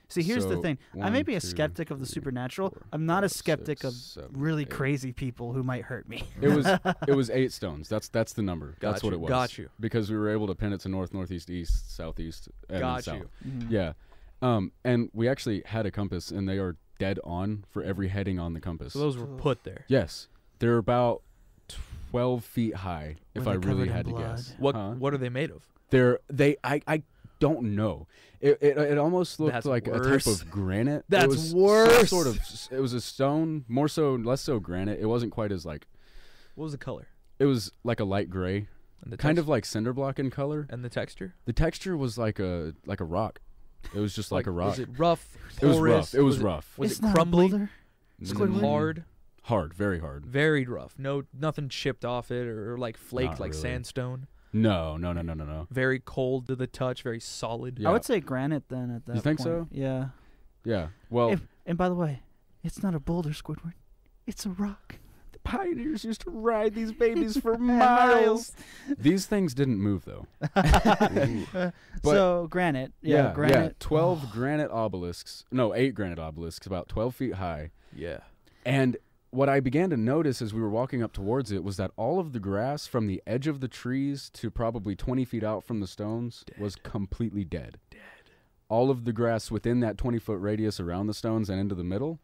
Speaker 1: See, here's the
Speaker 3: so
Speaker 1: thing. I may
Speaker 3: one,
Speaker 1: be a
Speaker 3: two,
Speaker 1: skeptic of the
Speaker 3: three,
Speaker 1: supernatural.
Speaker 3: four,
Speaker 1: I'm not a
Speaker 3: five,
Speaker 1: skeptic
Speaker 3: six,
Speaker 1: of
Speaker 3: seven,
Speaker 1: really
Speaker 3: eight.
Speaker 1: crazy people who might hurt me.
Speaker 3: It was it was eight stones. That's that's the number. that's
Speaker 2: Got
Speaker 3: what
Speaker 2: you,
Speaker 3: it was.
Speaker 2: got you.
Speaker 3: Because we were able to pin it to north, northeast, east, southeast, and then
Speaker 2: Got
Speaker 3: south.
Speaker 2: you.
Speaker 3: Yeah. Um, and we actually had a compass, and they are dead on for every heading on the compass.
Speaker 2: So those were put there.
Speaker 3: yes, they're about twelve feet high. If
Speaker 1: Were
Speaker 3: I
Speaker 1: they covered
Speaker 3: really
Speaker 1: in
Speaker 3: had to
Speaker 1: blood?
Speaker 3: guess,
Speaker 2: What
Speaker 3: Huh?
Speaker 2: What are they made of?
Speaker 3: They're they I I don't know. It it, it almost looked
Speaker 2: That's
Speaker 3: like
Speaker 2: worse.
Speaker 3: a type of granite.
Speaker 2: That's
Speaker 3: it was some
Speaker 2: worse.
Speaker 3: Sort of. It was a stone, more so, less so granite. It wasn't quite as like.
Speaker 2: What was the color?
Speaker 3: It was like a light gray,
Speaker 2: And the
Speaker 3: kind
Speaker 2: text-
Speaker 3: of like cinder block in color.
Speaker 2: And the texture.
Speaker 3: The texture was like a like a rock. It was just like, a rock.
Speaker 2: Was it rough?
Speaker 3: It was
Speaker 2: porous?
Speaker 3: rough. It was, rough. Mm-hmm.
Speaker 2: Was
Speaker 1: It's
Speaker 2: it
Speaker 1: not a
Speaker 2: crumbly?
Speaker 1: boulder.
Speaker 2: Was it
Speaker 1: Squidward?
Speaker 2: hard?
Speaker 3: Hard, very hard.
Speaker 2: Very rough. No, nothing chipped off it or, or, like flaked
Speaker 3: Not
Speaker 2: like
Speaker 3: really.
Speaker 2: sandstone.
Speaker 3: No, no, no, no, no, no.
Speaker 2: Very cold to the touch. Very solid.
Speaker 3: Yeah.
Speaker 1: I would say granite then at that
Speaker 3: think
Speaker 1: point.
Speaker 3: so? Oh.
Speaker 1: Yeah.
Speaker 3: Yeah. Well,
Speaker 1: If- and by the way, it's not a boulder, Squidward. It's a rock.
Speaker 3: the pioneers used to ride these babies for
Speaker 1: Miles.
Speaker 3: these things didn't move though. But-
Speaker 1: so granite. Yeah, granite.
Speaker 3: 12 granite obelisks. No, eight granite obelisks, about 12 feet high.
Speaker 2: Yeah.
Speaker 3: And what I began to notice as we were walking up towards it was that all of the grass from the edge of the trees to probably 20 feet out from the stones was completely dead. Dead. All of the grass within that 20 foot radius around the stones and into the middle,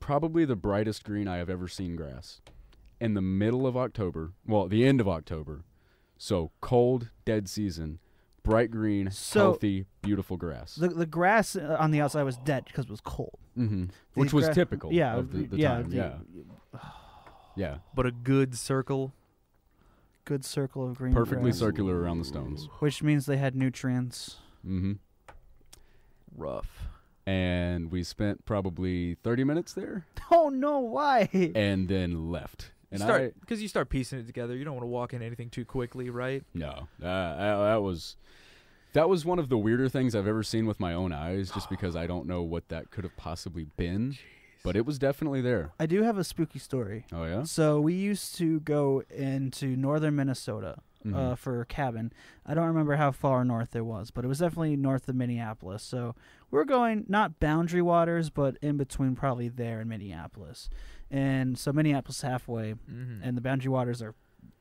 Speaker 3: probably the brightest green I have ever seen grass. In the middle of October, well, the end of October, so cold, dead season, bright green,
Speaker 1: So-
Speaker 3: healthy, beautiful grass.
Speaker 1: The the grass uh, on the outside was dead because it was cold.
Speaker 3: hmm
Speaker 1: the
Speaker 3: Which was
Speaker 1: gra-
Speaker 3: typical
Speaker 1: yeah,
Speaker 3: of the, the
Speaker 1: yeah,
Speaker 3: time.
Speaker 1: the-
Speaker 3: yeah. Yeah.
Speaker 2: But a good circle.
Speaker 1: Good circle of green.
Speaker 3: perfectly
Speaker 1: grass,
Speaker 3: circular around the stones.
Speaker 1: Which means they had nutrients.
Speaker 3: Mm-hmm.
Speaker 2: Rough.
Speaker 3: And we spent probably 30 minutes there
Speaker 1: Oh no! Why?
Speaker 3: and then left. And
Speaker 2: start
Speaker 3: I
Speaker 2: because you start piecing it together. You don't want to walk in anything too quickly, right?
Speaker 3: no, uh, I- that was that was one of the weirder things I've ever seen with my own eyes, just because I don't know what that could have possibly been, but it was definitely there.
Speaker 1: I do have a spooky story.
Speaker 3: Oh yeah,
Speaker 1: So we used to go into northern Minnesota
Speaker 3: Mhm.
Speaker 2: Mm-hmm.
Speaker 1: uh, for a cabin. I don't remember how far north it was, but it was definitely north of Minneapolis. So we're going not boundary waters, but in between probably there and Minneapolis. And so Minneapolis halfway,
Speaker 2: Mm-hmm.
Speaker 1: and the boundary waters are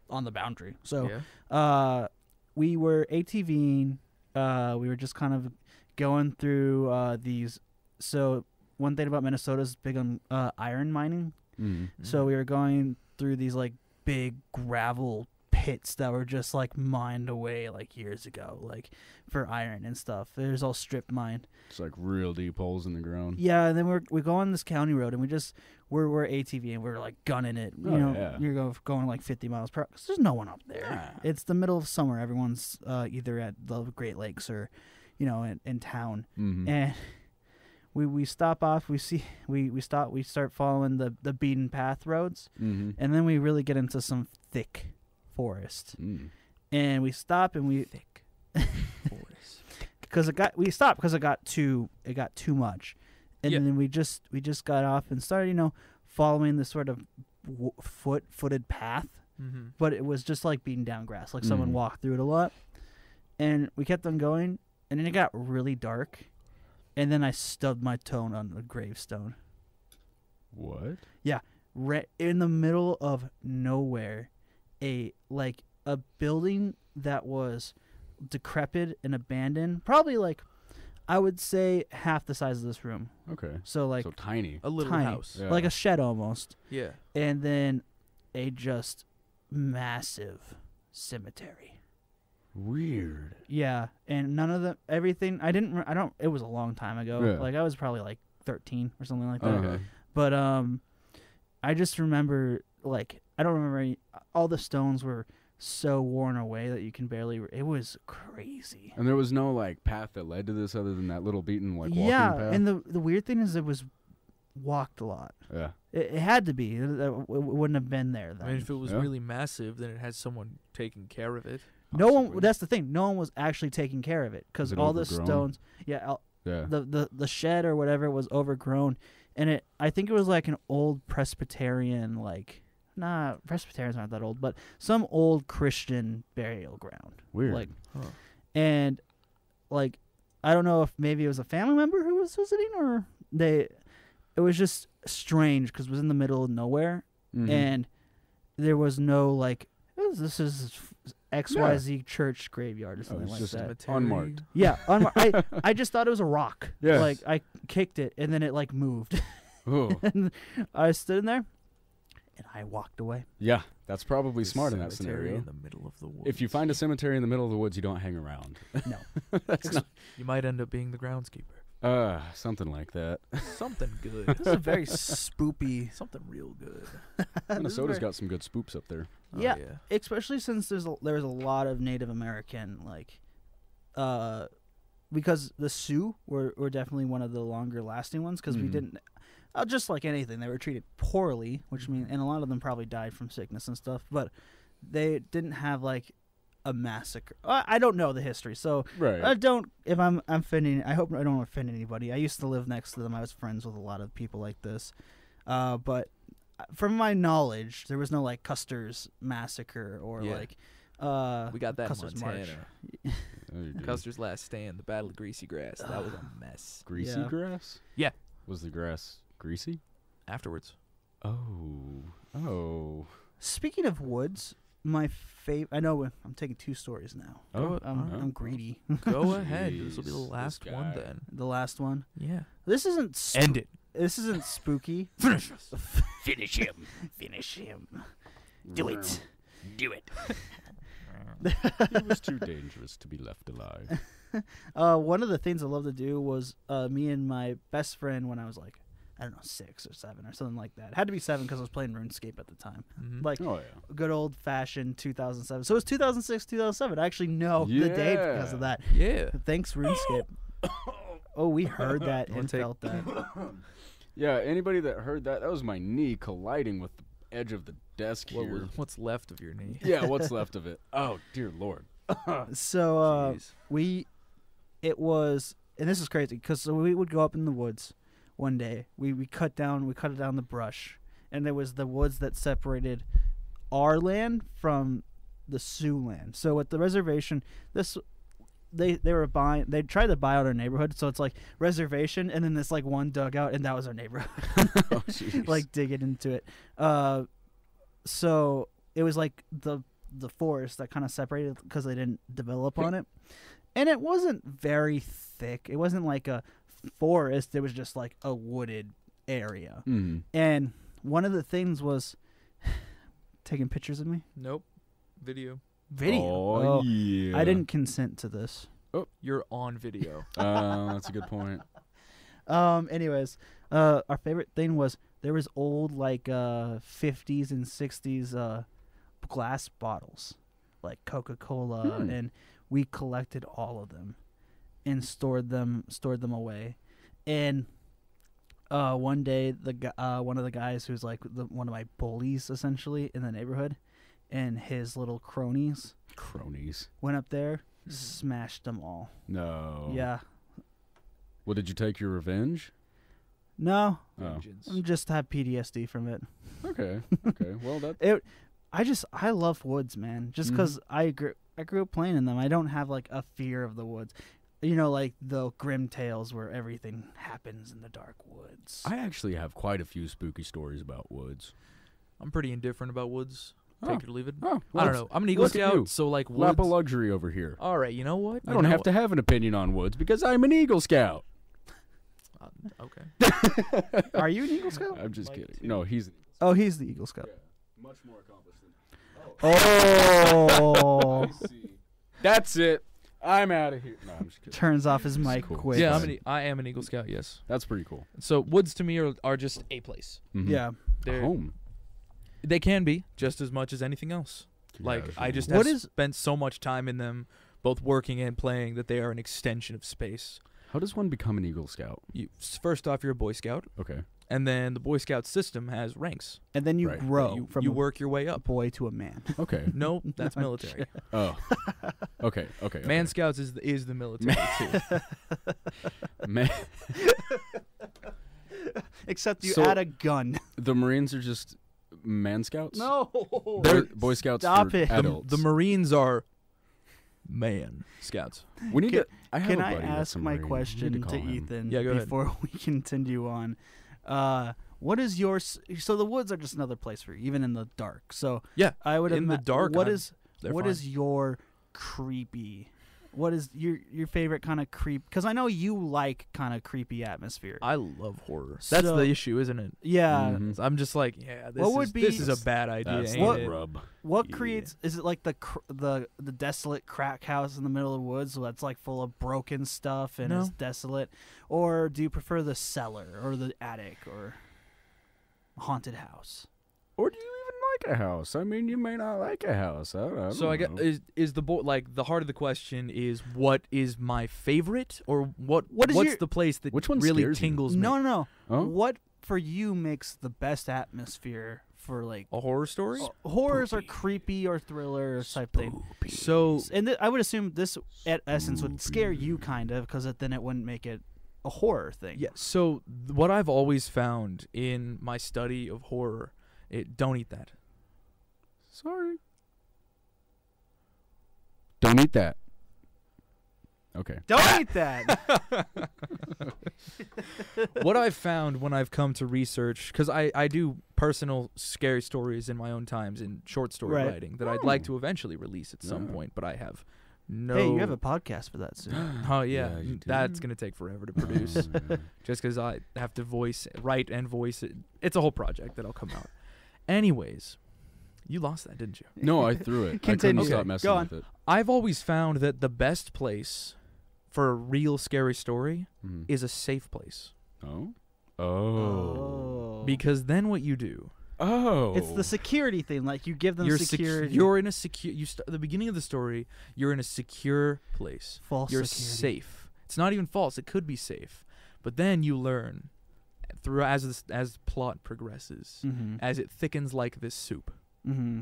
Speaker 1: on the boundary. So
Speaker 2: yeah.
Speaker 1: uh, we were ATVing. Uh, we were just kind of going through uh, these. So one thing about Minnesota is big on uh, iron mining.
Speaker 3: Mhm.
Speaker 1: So we were going through these like big gravel pits pits that were just like mined away like years ago, like for iron and stuff. It was all strip mined.
Speaker 3: It's like real deep holes in the ground.
Speaker 1: Yeah, and then we're we go on this county road and we just we're we're ATV and we're like gunning it. You
Speaker 3: Oh,
Speaker 1: know,
Speaker 3: yeah.
Speaker 1: you're go, going like 50 miles per hour. 'cause there's no one up there. It's the middle of summer. Everyone's uh, either at the Great Lakes or, you know, in, in town.
Speaker 3: Mhm.
Speaker 1: And we we stop off. We see we we stop. We start following the the beaten path roads,
Speaker 3: Mhm.
Speaker 1: and then we really get into some thick forest.
Speaker 3: Mm.
Speaker 1: And we stop and we
Speaker 2: Thick. Mm-hmm. forest.
Speaker 1: because it got we stopped because it got too it got too much, and
Speaker 2: Yeah.
Speaker 1: then we just we just got off and started you know following this sort of w- foot footed path,
Speaker 2: Mm-hmm.
Speaker 1: but it was just like beaten down grass, like someone
Speaker 3: Mhm.
Speaker 1: walked through it a lot, and we kept on going, and then it got really dark, and then I stubbed my toe on a gravestone,
Speaker 3: What?
Speaker 1: right in the middle of nowhere, a like a building that was decrepit and abandoned, probably like I would say half the size of this room.
Speaker 3: Okay.
Speaker 1: So like
Speaker 3: so tiny.
Speaker 2: A little
Speaker 1: Tiny.
Speaker 2: house.
Speaker 3: Yeah.
Speaker 1: like a shed almost.
Speaker 2: Yeah.
Speaker 1: And then a just massive cemetery.
Speaker 3: Weird.
Speaker 1: Yeah, and none of the everything I didn't re- I don't it was a long time ago.
Speaker 3: Yeah.
Speaker 1: Like I was probably like 13 or something like that.
Speaker 3: Okay.
Speaker 1: But um, I just remember like I don't remember any, all the stones were so worn away that you can barely. It was crazy.
Speaker 3: And there was no like path that led to this other than that little beaten like walking
Speaker 1: yeah,
Speaker 3: path.
Speaker 1: and the the weird thing is it was walked a lot.
Speaker 3: yeah.
Speaker 1: It, it had to be. It, it wouldn't have been there then.
Speaker 2: I mean, if it was
Speaker 3: Yeah.
Speaker 2: really massive, then it had someone taking care of it.
Speaker 1: no one.
Speaker 3: Possibly.
Speaker 1: That's the thing. No one was actually taking care of it
Speaker 3: Was
Speaker 1: because
Speaker 3: it
Speaker 1: all the
Speaker 3: overgrown?
Speaker 1: stones. Yeah, all-
Speaker 3: Yeah.
Speaker 1: the, the the shed or whatever was overgrown, and it. I think it was like an old Presbyterian like. Nah, Presbyterians aren't that old, but some old Christian burial ground.
Speaker 3: Weird.
Speaker 1: Like,
Speaker 2: Huh.
Speaker 1: and like, I don't know if maybe it was a family member who was visiting or they. It was just strange because it was in the middle of nowhere
Speaker 3: Mhm.
Speaker 1: and there was no like "Oh, this is X Y Z church graveyard or something
Speaker 3: Oh, it's
Speaker 1: like
Speaker 3: just a
Speaker 1: that.
Speaker 3: bit- Unmarked.
Speaker 1: Yeah, unmar- I I just thought it was a rock.
Speaker 3: Yeah.
Speaker 1: Like I kicked it and then it like moved
Speaker 3: Oh.
Speaker 1: and I stood in there and I walked away.
Speaker 3: yeah. That's probably
Speaker 2: Be
Speaker 3: smart in that
Speaker 2: In
Speaker 3: scenario.
Speaker 2: the middle of the woods.
Speaker 3: If you find a cemetery in the middle of the woods, you don't hang around.
Speaker 1: No.
Speaker 3: That's not
Speaker 2: you might end up being the groundskeeper.
Speaker 3: uh something like that.
Speaker 2: Something good.
Speaker 1: This is a very spoopy.
Speaker 2: Something real good.
Speaker 3: Minnesota's
Speaker 1: very-
Speaker 3: got some good spoops up there.
Speaker 2: Oh,
Speaker 1: Yeah. Especially since there's a, there's a lot of Native American like, uh, because the Sioux were were definitely one of the longer lasting ones because we
Speaker 3: Mhm.
Speaker 1: didn't. Uh, just like anything, they were treated poorly, which means, and a lot of them probably died from sickness and stuff. But they didn't have like a massacre. I, I don't know the history, so
Speaker 3: Right.
Speaker 1: I Uh, don't. If I'm I'm offending, I hope I don't offend anybody. I used to live next to them. I was friends with a lot of people like this, uh, but from my knowledge, there was no like Custer's massacre or
Speaker 2: Yeah.
Speaker 1: like. Uh,
Speaker 2: We got that
Speaker 1: Custer's
Speaker 2: in
Speaker 1: March.
Speaker 2: Montana.
Speaker 3: There you go.
Speaker 2: Custer's Last Stand, the Battle of Greasy Grass. That was a mess.
Speaker 3: greasy
Speaker 1: Yeah.
Speaker 3: grass?
Speaker 2: Yeah.
Speaker 3: Was the grass greasy?
Speaker 2: Afterwards.
Speaker 3: Oh. Oh.
Speaker 1: Speaking of woods, my favorite. I know I'm taking two stories now.
Speaker 3: Oh.
Speaker 1: I'm,
Speaker 3: oh.
Speaker 1: I'm greedy.
Speaker 2: Go ahead. This will be the
Speaker 3: Jeez, this
Speaker 2: last one
Speaker 3: guy.
Speaker 2: then.
Speaker 1: the last one.
Speaker 2: Yeah.
Speaker 1: This isn't. Sp-
Speaker 2: End it.
Speaker 1: This isn't spooky.
Speaker 2: Finish us.
Speaker 8: Finish him.
Speaker 1: Finish him. Do it.
Speaker 8: Do it.
Speaker 3: it was too dangerous to be left alive.
Speaker 1: Uh, one of the things I love to do was uh, me and my best friend when I was like, I don't know, six or seven or something like that. It had to be seven because I was playing RuneScape at the time.
Speaker 2: Mhm.
Speaker 1: Like
Speaker 3: Oh yeah.
Speaker 1: good old fashioned 2007. So it was 2006, 2007. I actually know the day because of
Speaker 3: Yeah.
Speaker 1: that.
Speaker 2: Yeah.
Speaker 1: Thanks, RuneScape. oh, we heard that
Speaker 2: One
Speaker 1: and
Speaker 2: take.
Speaker 1: felt that.
Speaker 3: Yeah, anybody that heard that, that was my knee colliding with the edge of the desk
Speaker 2: What
Speaker 3: here.
Speaker 2: was, what's left of your knee?
Speaker 3: yeah, what's left of it? Oh, dear lord.
Speaker 1: So uh,
Speaker 2: Jeez.
Speaker 1: we, it was, and this is crazy because we would go up in the woods one day. We we cut down we cut down the brush, and there was the woods that separated our land from the Sioux land. So with the reservation, this they they were buying they tried to buy out our neighborhood. So it's like reservation, and then this like one dugout, and that was our neighborhood.
Speaker 3: Oh, jeez.
Speaker 1: like digging into it. Uh, so it was like the the forest that kind of separated because they didn't develop on it, and it wasn't very thick. It wasn't like a forest. It was just like a wooded area.
Speaker 3: Mhm.
Speaker 1: And one of the things was taking pictures of me.
Speaker 2: Nope. Video.
Speaker 1: Video.
Speaker 3: Oh,
Speaker 1: Oh,
Speaker 3: yeah.
Speaker 1: I didn't consent to this.
Speaker 2: You're on video.
Speaker 3: Uh, that's a good point.
Speaker 1: Um. Anyways, uh, our favorite thing was there was old like uh 50s and 60s uh glass bottles, like Coca Cola,
Speaker 3: Hmm.
Speaker 1: and we collected all of them, and stored them stored them away, and uh one day the gu- uh one of the guys who's like the, one of my bullies essentially in the neighborhood, and his little cronies
Speaker 3: Cronies.
Speaker 1: went up there, smashed them all.
Speaker 3: No.
Speaker 1: Yeah.
Speaker 3: Well, did you take your revenge?
Speaker 1: No,
Speaker 3: Oh.
Speaker 1: I'm just have PTSD from it.
Speaker 3: Okay. Okay. Well, that.
Speaker 1: it i just i love woods man just because i grew i grew up playing in them i don't have like a fear of the woods you know like the grim tales where everything happens in the dark woods
Speaker 3: I actually have quite a few spooky stories about woods.
Speaker 2: I'm pretty indifferent about woods. Take
Speaker 3: Oh.
Speaker 2: it or leave it.
Speaker 3: Oh,
Speaker 2: I don't
Speaker 3: woods.
Speaker 2: know. I'm an Eagle
Speaker 3: Look at you.
Speaker 2: Scout, so like woods.
Speaker 3: Lap of luxury over here.
Speaker 2: All right, you know what?
Speaker 3: I
Speaker 2: You
Speaker 3: don't
Speaker 2: know
Speaker 3: have
Speaker 2: what?
Speaker 3: to have an opinion on woods because I'm an Eagle Scout.
Speaker 2: Uh, okay.
Speaker 1: are you an eagle scout
Speaker 3: I'm just
Speaker 2: Like
Speaker 3: kidding.
Speaker 2: two.
Speaker 3: No, he's
Speaker 1: oh he's the eagle scout
Speaker 3: much more accomplished than
Speaker 1: oh
Speaker 3: see. That's it. I'm out of here. No, I'm just kidding.
Speaker 1: turns off his mic
Speaker 3: cool.
Speaker 1: quick
Speaker 2: Yeah, I'm
Speaker 3: fine.
Speaker 2: an, E, I am an Eagle Scout. Yes.
Speaker 3: That's pretty cool.
Speaker 2: So woods to me are, are just a place.
Speaker 3: Mhm.
Speaker 1: yeah
Speaker 2: They're,
Speaker 3: Home.
Speaker 2: They can be just as much as anything else. Like I just
Speaker 1: What
Speaker 2: have
Speaker 1: is-
Speaker 2: spent so much time in them, both working and playing, that they are an extension of space.
Speaker 3: How does one become an Eagle Scout?
Speaker 2: You s- first off, you're a Boy Scout,
Speaker 3: Okay.
Speaker 2: and then the Boy Scout system has ranks.
Speaker 1: and then you
Speaker 3: Right.
Speaker 1: grow
Speaker 2: you
Speaker 1: from
Speaker 2: you
Speaker 1: a
Speaker 2: work your way up.
Speaker 1: boy to a man
Speaker 3: Okay.
Speaker 2: No, that's
Speaker 1: No, I'm
Speaker 2: military.
Speaker 3: Oh. Okay. Okay.
Speaker 2: Man Scouts is the, is the military too.
Speaker 3: okay. Man,
Speaker 1: except you
Speaker 3: So-
Speaker 1: add a gun
Speaker 3: the Marines are just man scouts.
Speaker 1: no
Speaker 3: They're Boy Scouts
Speaker 1: Stop
Speaker 3: for
Speaker 1: it. The-
Speaker 2: The,
Speaker 3: adults.
Speaker 2: the Marines are man scouts.
Speaker 3: we need
Speaker 1: Can-
Speaker 3: to. I have
Speaker 1: Can
Speaker 3: a
Speaker 1: I
Speaker 3: buddy that's
Speaker 1: ask
Speaker 3: a
Speaker 1: my
Speaker 3: Marine. We need
Speaker 1: question to,
Speaker 3: call him.
Speaker 1: Ethan Uh,
Speaker 2: Yeah, go ahead.
Speaker 1: before we continue on? Uh, what is your s- so the woods are just another place for you, even in the dark. So
Speaker 2: Yeah,
Speaker 1: I would
Speaker 2: in the
Speaker 1: ima-
Speaker 2: dark,
Speaker 1: What
Speaker 2: I'm-
Speaker 1: is
Speaker 2: they're
Speaker 1: what
Speaker 2: fine.
Speaker 1: is your creepy? What is your your favorite kind of creep? Because I know you like kind of creepy atmosphere.
Speaker 2: I Mm. love horror. That's
Speaker 1: So-
Speaker 2: the issue, isn't it?
Speaker 1: yeah.
Speaker 3: Mhm.
Speaker 2: I'm just like, yeah, this
Speaker 1: What
Speaker 2: is,
Speaker 1: would be-
Speaker 2: this is a bad idea.
Speaker 3: That's
Speaker 2: ain't
Speaker 1: What-
Speaker 3: the
Speaker 2: it?
Speaker 3: rub.
Speaker 1: What
Speaker 3: Yeah.
Speaker 1: creates? Is it like the cr- the the desolate crack house in the middle of the woods that's like full of broken stuff and is
Speaker 2: No.
Speaker 1: desolate, or do you prefer the cellar or the attic or haunted house?
Speaker 3: Or do you even like a house? I mean, you may not like a house. I don't, I don't
Speaker 2: So I
Speaker 3: know.
Speaker 2: got is is the boy like the heart of the question is what is my favorite or what
Speaker 1: What is
Speaker 2: what's
Speaker 1: your-
Speaker 2: the place that
Speaker 3: Which one
Speaker 2: really
Speaker 3: scares you?
Speaker 2: tingles me?
Speaker 1: No, no, no.
Speaker 3: Huh?
Speaker 1: What for you makes the best atmosphere for like
Speaker 3: Oh,
Speaker 2: A horror story?
Speaker 1: s- horrors or creepy or thriller type thing?
Speaker 2: So
Speaker 1: And th- I would assume this, at essence, would scare you kind of because then it wouldn't make it a horror thing.
Speaker 2: yeah, so th- what I've always found in my study of horror, it don't eat that.
Speaker 3: Sorry. Don't eat that. Okay.
Speaker 1: Don't eat that.
Speaker 2: what I've found when I've come to research, because I, I do personal scary stories in my own times in short story
Speaker 1: Right.
Speaker 2: writing that I'd like to eventually release at some
Speaker 3: Oh. Yeah.
Speaker 2: point, but I have no.
Speaker 1: Hey, you have a podcast for that soon.
Speaker 2: Oh yeah,
Speaker 3: Yeah, you
Speaker 2: n-
Speaker 3: do.
Speaker 2: that's gonna take forever to produce, Just 'cause just because I have to voice, write, and voice it. It's a whole project that'll come out. Anyways, you lost that, didn't you?
Speaker 3: No, I threw it. I couldn't
Speaker 1: Continue.
Speaker 3: stop
Speaker 1: Okay,
Speaker 3: messing
Speaker 1: go on.
Speaker 3: with it.
Speaker 2: I've always found that the best place for a real scary story
Speaker 3: Mhm.
Speaker 2: is a safe place,
Speaker 3: Oh. Oh.
Speaker 2: because then what you do
Speaker 3: Oh.
Speaker 1: It's the security thing. Like you give them
Speaker 2: you're sec-
Speaker 1: security.
Speaker 2: you're in a secure. You st- the beginning of the story. You're in a secure place.
Speaker 1: false
Speaker 2: you're
Speaker 1: security.
Speaker 2: safe. It's not even false. It could be safe, but then you learn through as this, as the plot progresses,
Speaker 1: hmm
Speaker 2: as it thickens like this soup,
Speaker 1: hmm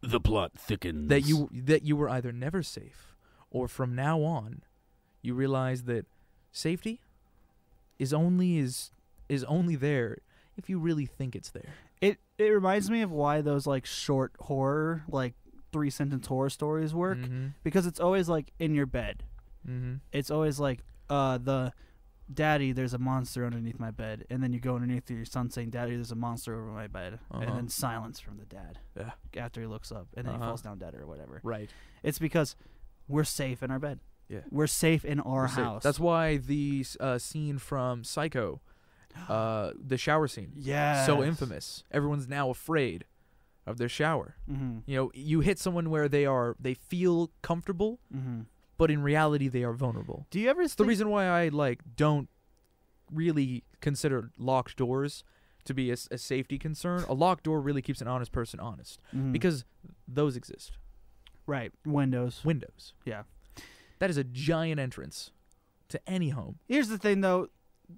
Speaker 8: The plot thickens.
Speaker 2: that you that you were either never safe, or from now on, you realize that safety is only is is only there if you really think it's there.
Speaker 1: It it reminds me of why those like short horror, like three sentence horror stories work
Speaker 2: Mm-hmm.
Speaker 1: because it's always like in your bed.
Speaker 2: Mm-hmm.
Speaker 1: It's always like uh the daddy there's a monster underneath my bed and then you go underneath your son saying daddy there's a monster over my bed
Speaker 2: Uh-huh.
Speaker 1: and then silence from the dad
Speaker 2: Yeah.
Speaker 1: after he looks up and then
Speaker 2: Uh-huh.
Speaker 1: he falls down dead or whatever
Speaker 2: Right.
Speaker 1: it's because we're safe in our bed
Speaker 2: Yeah.
Speaker 1: we're safe in our
Speaker 2: We're safe.
Speaker 1: house
Speaker 2: That's why the s- uh, scene from Psycho, uh, the shower scene,
Speaker 1: yeah
Speaker 2: so infamous. Everyone's now afraid of their shower.
Speaker 1: Mm-hmm.
Speaker 2: You know, you hit someone where they are they feel comfortable,
Speaker 1: Mm-hmm.
Speaker 2: but in reality they are vulnerable.
Speaker 1: Do you ever
Speaker 2: It's the
Speaker 1: think-
Speaker 2: reason why I like don't really consider locked doors to be a, s- a safety concern. A locked door really keeps an honest person honest
Speaker 1: Mhm.
Speaker 2: because those exist.
Speaker 1: right windows.
Speaker 2: Windows.
Speaker 1: Yeah.
Speaker 2: That is a giant entrance to any home.
Speaker 1: Here's the thing, though.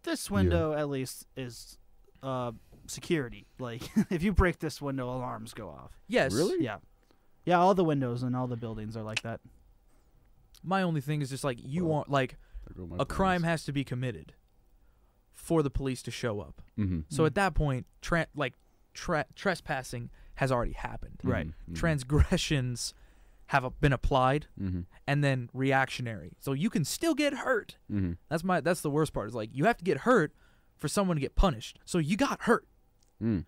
Speaker 1: This window, at least, is uh, security. Like, if you break this window, alarms go off.
Speaker 2: Yes.
Speaker 3: Really?
Speaker 1: Yeah. Yeah, all the windows in all the buildings are like that.
Speaker 2: My only thing is just like you want like
Speaker 3: There go my
Speaker 2: a crime has to be committed for the police to show up.
Speaker 3: mm-hmm.
Speaker 2: So at that point, tra- like tra- trespassing has already happened.
Speaker 3: Hmm.
Speaker 1: Right.
Speaker 2: Transgressions have a- been applied
Speaker 3: Mm-hmm.
Speaker 2: and then reactionary. So you can still get hurt.
Speaker 3: Mm-hmm.
Speaker 2: That's my that's the worst part is like you have to get hurt for someone to get punished. So you got hurt.
Speaker 3: Mm.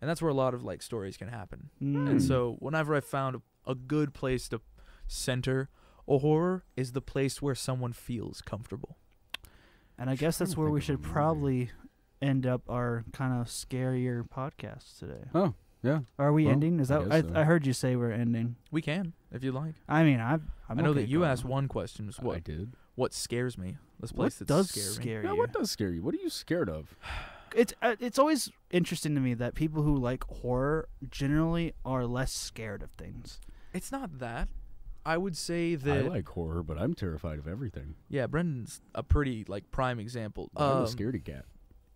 Speaker 2: And that's where a lot of like stories can happen.
Speaker 1: Mm.
Speaker 2: And so whenever I found a, a good place to center a horror is the place where someone feels comfortable.
Speaker 1: And I guess that's
Speaker 3: trying
Speaker 1: where
Speaker 3: to
Speaker 1: we
Speaker 3: think
Speaker 1: should
Speaker 3: of a movie.
Speaker 1: probably end up our kind of scarier podcast today.
Speaker 3: Oh, yeah.
Speaker 1: Are we
Speaker 3: Well,
Speaker 1: ending? Is
Speaker 3: I
Speaker 1: that I,
Speaker 3: guess so.
Speaker 1: I heard you say we're ending.
Speaker 2: We can, if you like.
Speaker 1: I mean, I I'm
Speaker 2: i know
Speaker 1: okay
Speaker 2: that you
Speaker 1: going
Speaker 2: asked
Speaker 1: on.
Speaker 2: one question is
Speaker 3: I
Speaker 2: what
Speaker 3: did.
Speaker 2: what scares me. This
Speaker 1: What
Speaker 2: place that
Speaker 1: does
Speaker 2: scare me.
Speaker 1: scare
Speaker 3: Yeah,
Speaker 1: you?
Speaker 3: what does scare you? What are you scared of?
Speaker 1: it's uh, it's always interesting to me that people who like horror generally are less scared of things.
Speaker 2: It's not that. I would say
Speaker 3: I
Speaker 2: that
Speaker 3: like horror, but I'm terrified of everything.
Speaker 2: yeah, Brendan's a pretty like prime example.
Speaker 3: I'm a
Speaker 2: Um,
Speaker 3: scaredy cat.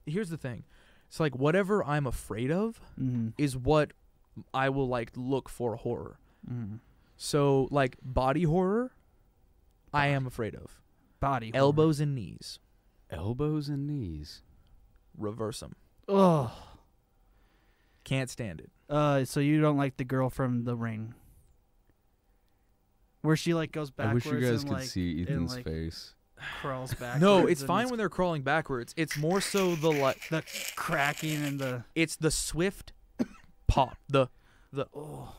Speaker 2: here's the thing. It's like whatever I'm afraid of
Speaker 1: Mm-hmm.
Speaker 2: is what I will like look for horror.
Speaker 1: Mm.
Speaker 2: So like body horror, I am afraid of
Speaker 1: Body horror.
Speaker 2: elbows and knees.
Speaker 3: Elbows and knees.
Speaker 2: Reverse them.
Speaker 1: Ugh.
Speaker 2: Can't stand it.
Speaker 1: Uh, so you don't like the girl from The Ring, where she like goes
Speaker 3: I wish
Speaker 1: backwards
Speaker 3: you guys
Speaker 1: and
Speaker 3: could
Speaker 1: like
Speaker 3: see Ethan's
Speaker 1: like,
Speaker 3: face.
Speaker 1: crawls back.
Speaker 2: No, it's fine when they're crawling backwards. It's more so the like
Speaker 1: the cracking and the
Speaker 2: it's the swift pop. The
Speaker 1: oh.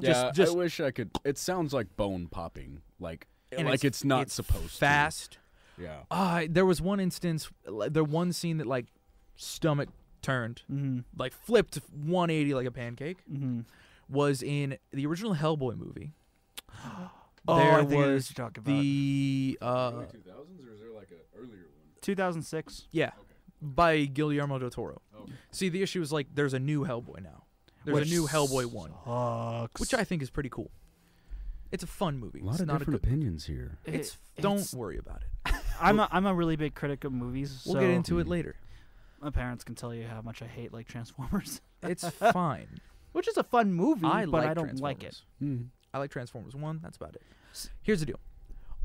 Speaker 3: Yeah,
Speaker 2: just-
Speaker 3: I wish I could. It sounds like bone popping. Like,
Speaker 2: and
Speaker 3: like it's, not supposed
Speaker 2: fast.
Speaker 3: to. Yeah.
Speaker 2: Ah, there was one instance, like, there one scene that like stomach turned,
Speaker 1: Mm-hmm.
Speaker 2: like flipped 180 like a pancake.
Speaker 1: Mm-hmm.
Speaker 2: Was in the original Hellboy movie.
Speaker 1: Oh,
Speaker 2: there
Speaker 1: I think I know what
Speaker 2: was
Speaker 1: you're talking about.
Speaker 2: the uh,
Speaker 3: 2000s, or is there like an earlier one?
Speaker 1: 2006.
Speaker 2: Yeah, by Guillermo del Toro. See, the issue is like there's a new Hellboy now. There's
Speaker 1: Which
Speaker 2: a new Hellboy one,
Speaker 1: Sucks.
Speaker 2: which I think is pretty cool. It's a fun movie.
Speaker 3: A lot
Speaker 2: it's
Speaker 3: of
Speaker 2: not
Speaker 3: different
Speaker 2: a good,
Speaker 3: opinions here.
Speaker 2: it's,
Speaker 1: It-
Speaker 2: don't
Speaker 1: it's-
Speaker 2: worry about it.
Speaker 1: I'm a, I'm a really big critic of movies.
Speaker 2: We'll
Speaker 1: so
Speaker 2: get into it later.
Speaker 1: My parents can tell you how much I hate like Transformers,
Speaker 2: It's fine. Mm,
Speaker 1: which is a fun movie,
Speaker 2: I
Speaker 1: but
Speaker 2: like
Speaker 1: I don't like it.
Speaker 2: Transformers. I like Transformers One. That's about it. Here's the deal: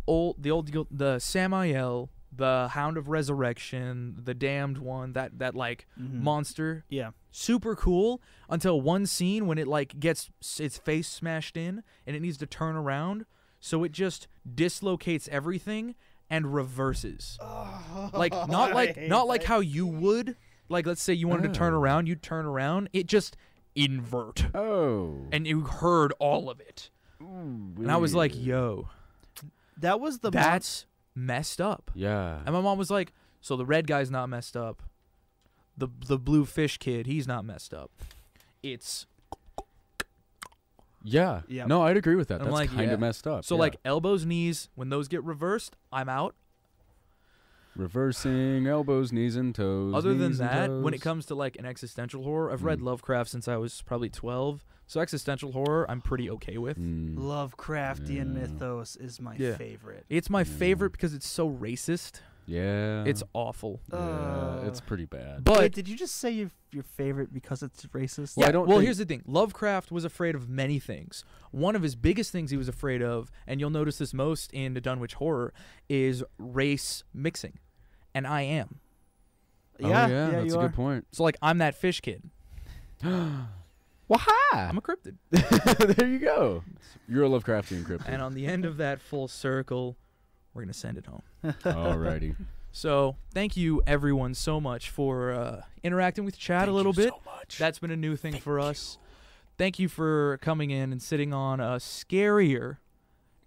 Speaker 2: old the old Gil- the Samael, the Hound of Resurrection, the Damned One. That that like monster,
Speaker 1: Yeah.
Speaker 2: super cool. Until one scene when it like gets s- its face smashed in and it needs to turn around, so it just dislocates everything and reverses. like not like not like how you would. Like let's say you wanted to turn around, you turn around. It just invert
Speaker 3: Oh.
Speaker 2: and you heard all of it. And I was like, yo,
Speaker 1: That was the mon-
Speaker 2: that's messed up.
Speaker 3: Yeah.
Speaker 2: And my mom was like, so the red guy's not messed up. The the blue fish kid, he's not messed up. It's
Speaker 3: Yeah.
Speaker 1: Yep.
Speaker 3: No, I'd agree with that.
Speaker 2: I'm
Speaker 3: That's
Speaker 2: like,
Speaker 3: kind of
Speaker 2: yeah.
Speaker 3: messed up.
Speaker 2: so
Speaker 3: yeah.
Speaker 2: like elbows, knees, when those get reversed, I'm out.
Speaker 3: reversing elbows, knees, and toes.
Speaker 2: Other than
Speaker 3: knees and
Speaker 2: that, when it
Speaker 3: toes.
Speaker 2: comes to like an existential horror, I've read
Speaker 3: Mm.
Speaker 2: Lovecraft since I was probably 12. So existential horror, I'm pretty okay with.
Speaker 3: Mm.
Speaker 1: Lovecraftian
Speaker 3: Yeah.
Speaker 1: mythos is my
Speaker 2: Yeah.
Speaker 1: favorite.
Speaker 2: It's
Speaker 3: Mm.
Speaker 2: my favorite because it's so racist.
Speaker 3: Yeah.
Speaker 2: It's awful.
Speaker 3: yeah,
Speaker 1: Uh,
Speaker 3: it's pretty bad.
Speaker 2: But
Speaker 1: Wait, did you just say your, your favorite because it's racist?
Speaker 3: Well, I
Speaker 2: yeah,
Speaker 3: don't
Speaker 2: well,
Speaker 3: think-
Speaker 2: here's the thing. Lovecraft was afraid of many things. One of his biggest things he was afraid of, and you'll notice this most in the Dunwich Horror, is race mixing. And I am.
Speaker 3: Oh,
Speaker 1: yeah,
Speaker 3: yeah,
Speaker 1: you
Speaker 3: that's a
Speaker 1: are.
Speaker 3: good point.
Speaker 2: So, like, I'm that fish kid.
Speaker 3: Waha!
Speaker 2: I'm a cryptid.
Speaker 3: there you go. You're a Lovecraftian cryptid.
Speaker 2: and on the end of that full circle, we're going to send it home.
Speaker 3: Alrighty.
Speaker 2: So, thank you, everyone, so much for uh, interacting with chat a little bit. That's been a new thing for us. Thank you for coming in and sitting on a scarier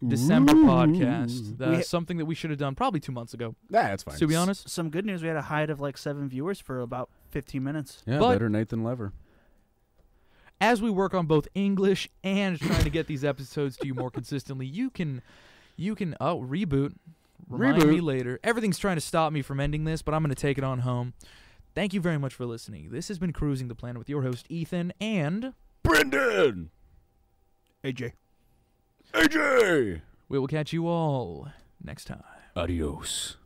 Speaker 2: December podcast.
Speaker 1: We
Speaker 2: Uh,
Speaker 1: ha-
Speaker 2: something that we should have done probably two months ago.
Speaker 3: Nah, that's fine.
Speaker 2: To be honest,
Speaker 1: Some good news. We had a hide of like seven viewers for about 15 minutes.
Speaker 3: Yeah,
Speaker 2: But-
Speaker 3: better Nathan Lever.
Speaker 2: as we work on both English and trying to get these episodes to you more consistently, you can, you can oh reboot, remind me
Speaker 3: Reboot.
Speaker 2: later. Everything's trying to stop me from ending this, but I'm gonna take it on home. Thank you very much for listening. This has been Cruising the Planet with your host Ethan and.
Speaker 3: Brendan,
Speaker 1: AJ.
Speaker 3: AJ.
Speaker 2: We will catch you all next time.
Speaker 8: Adios.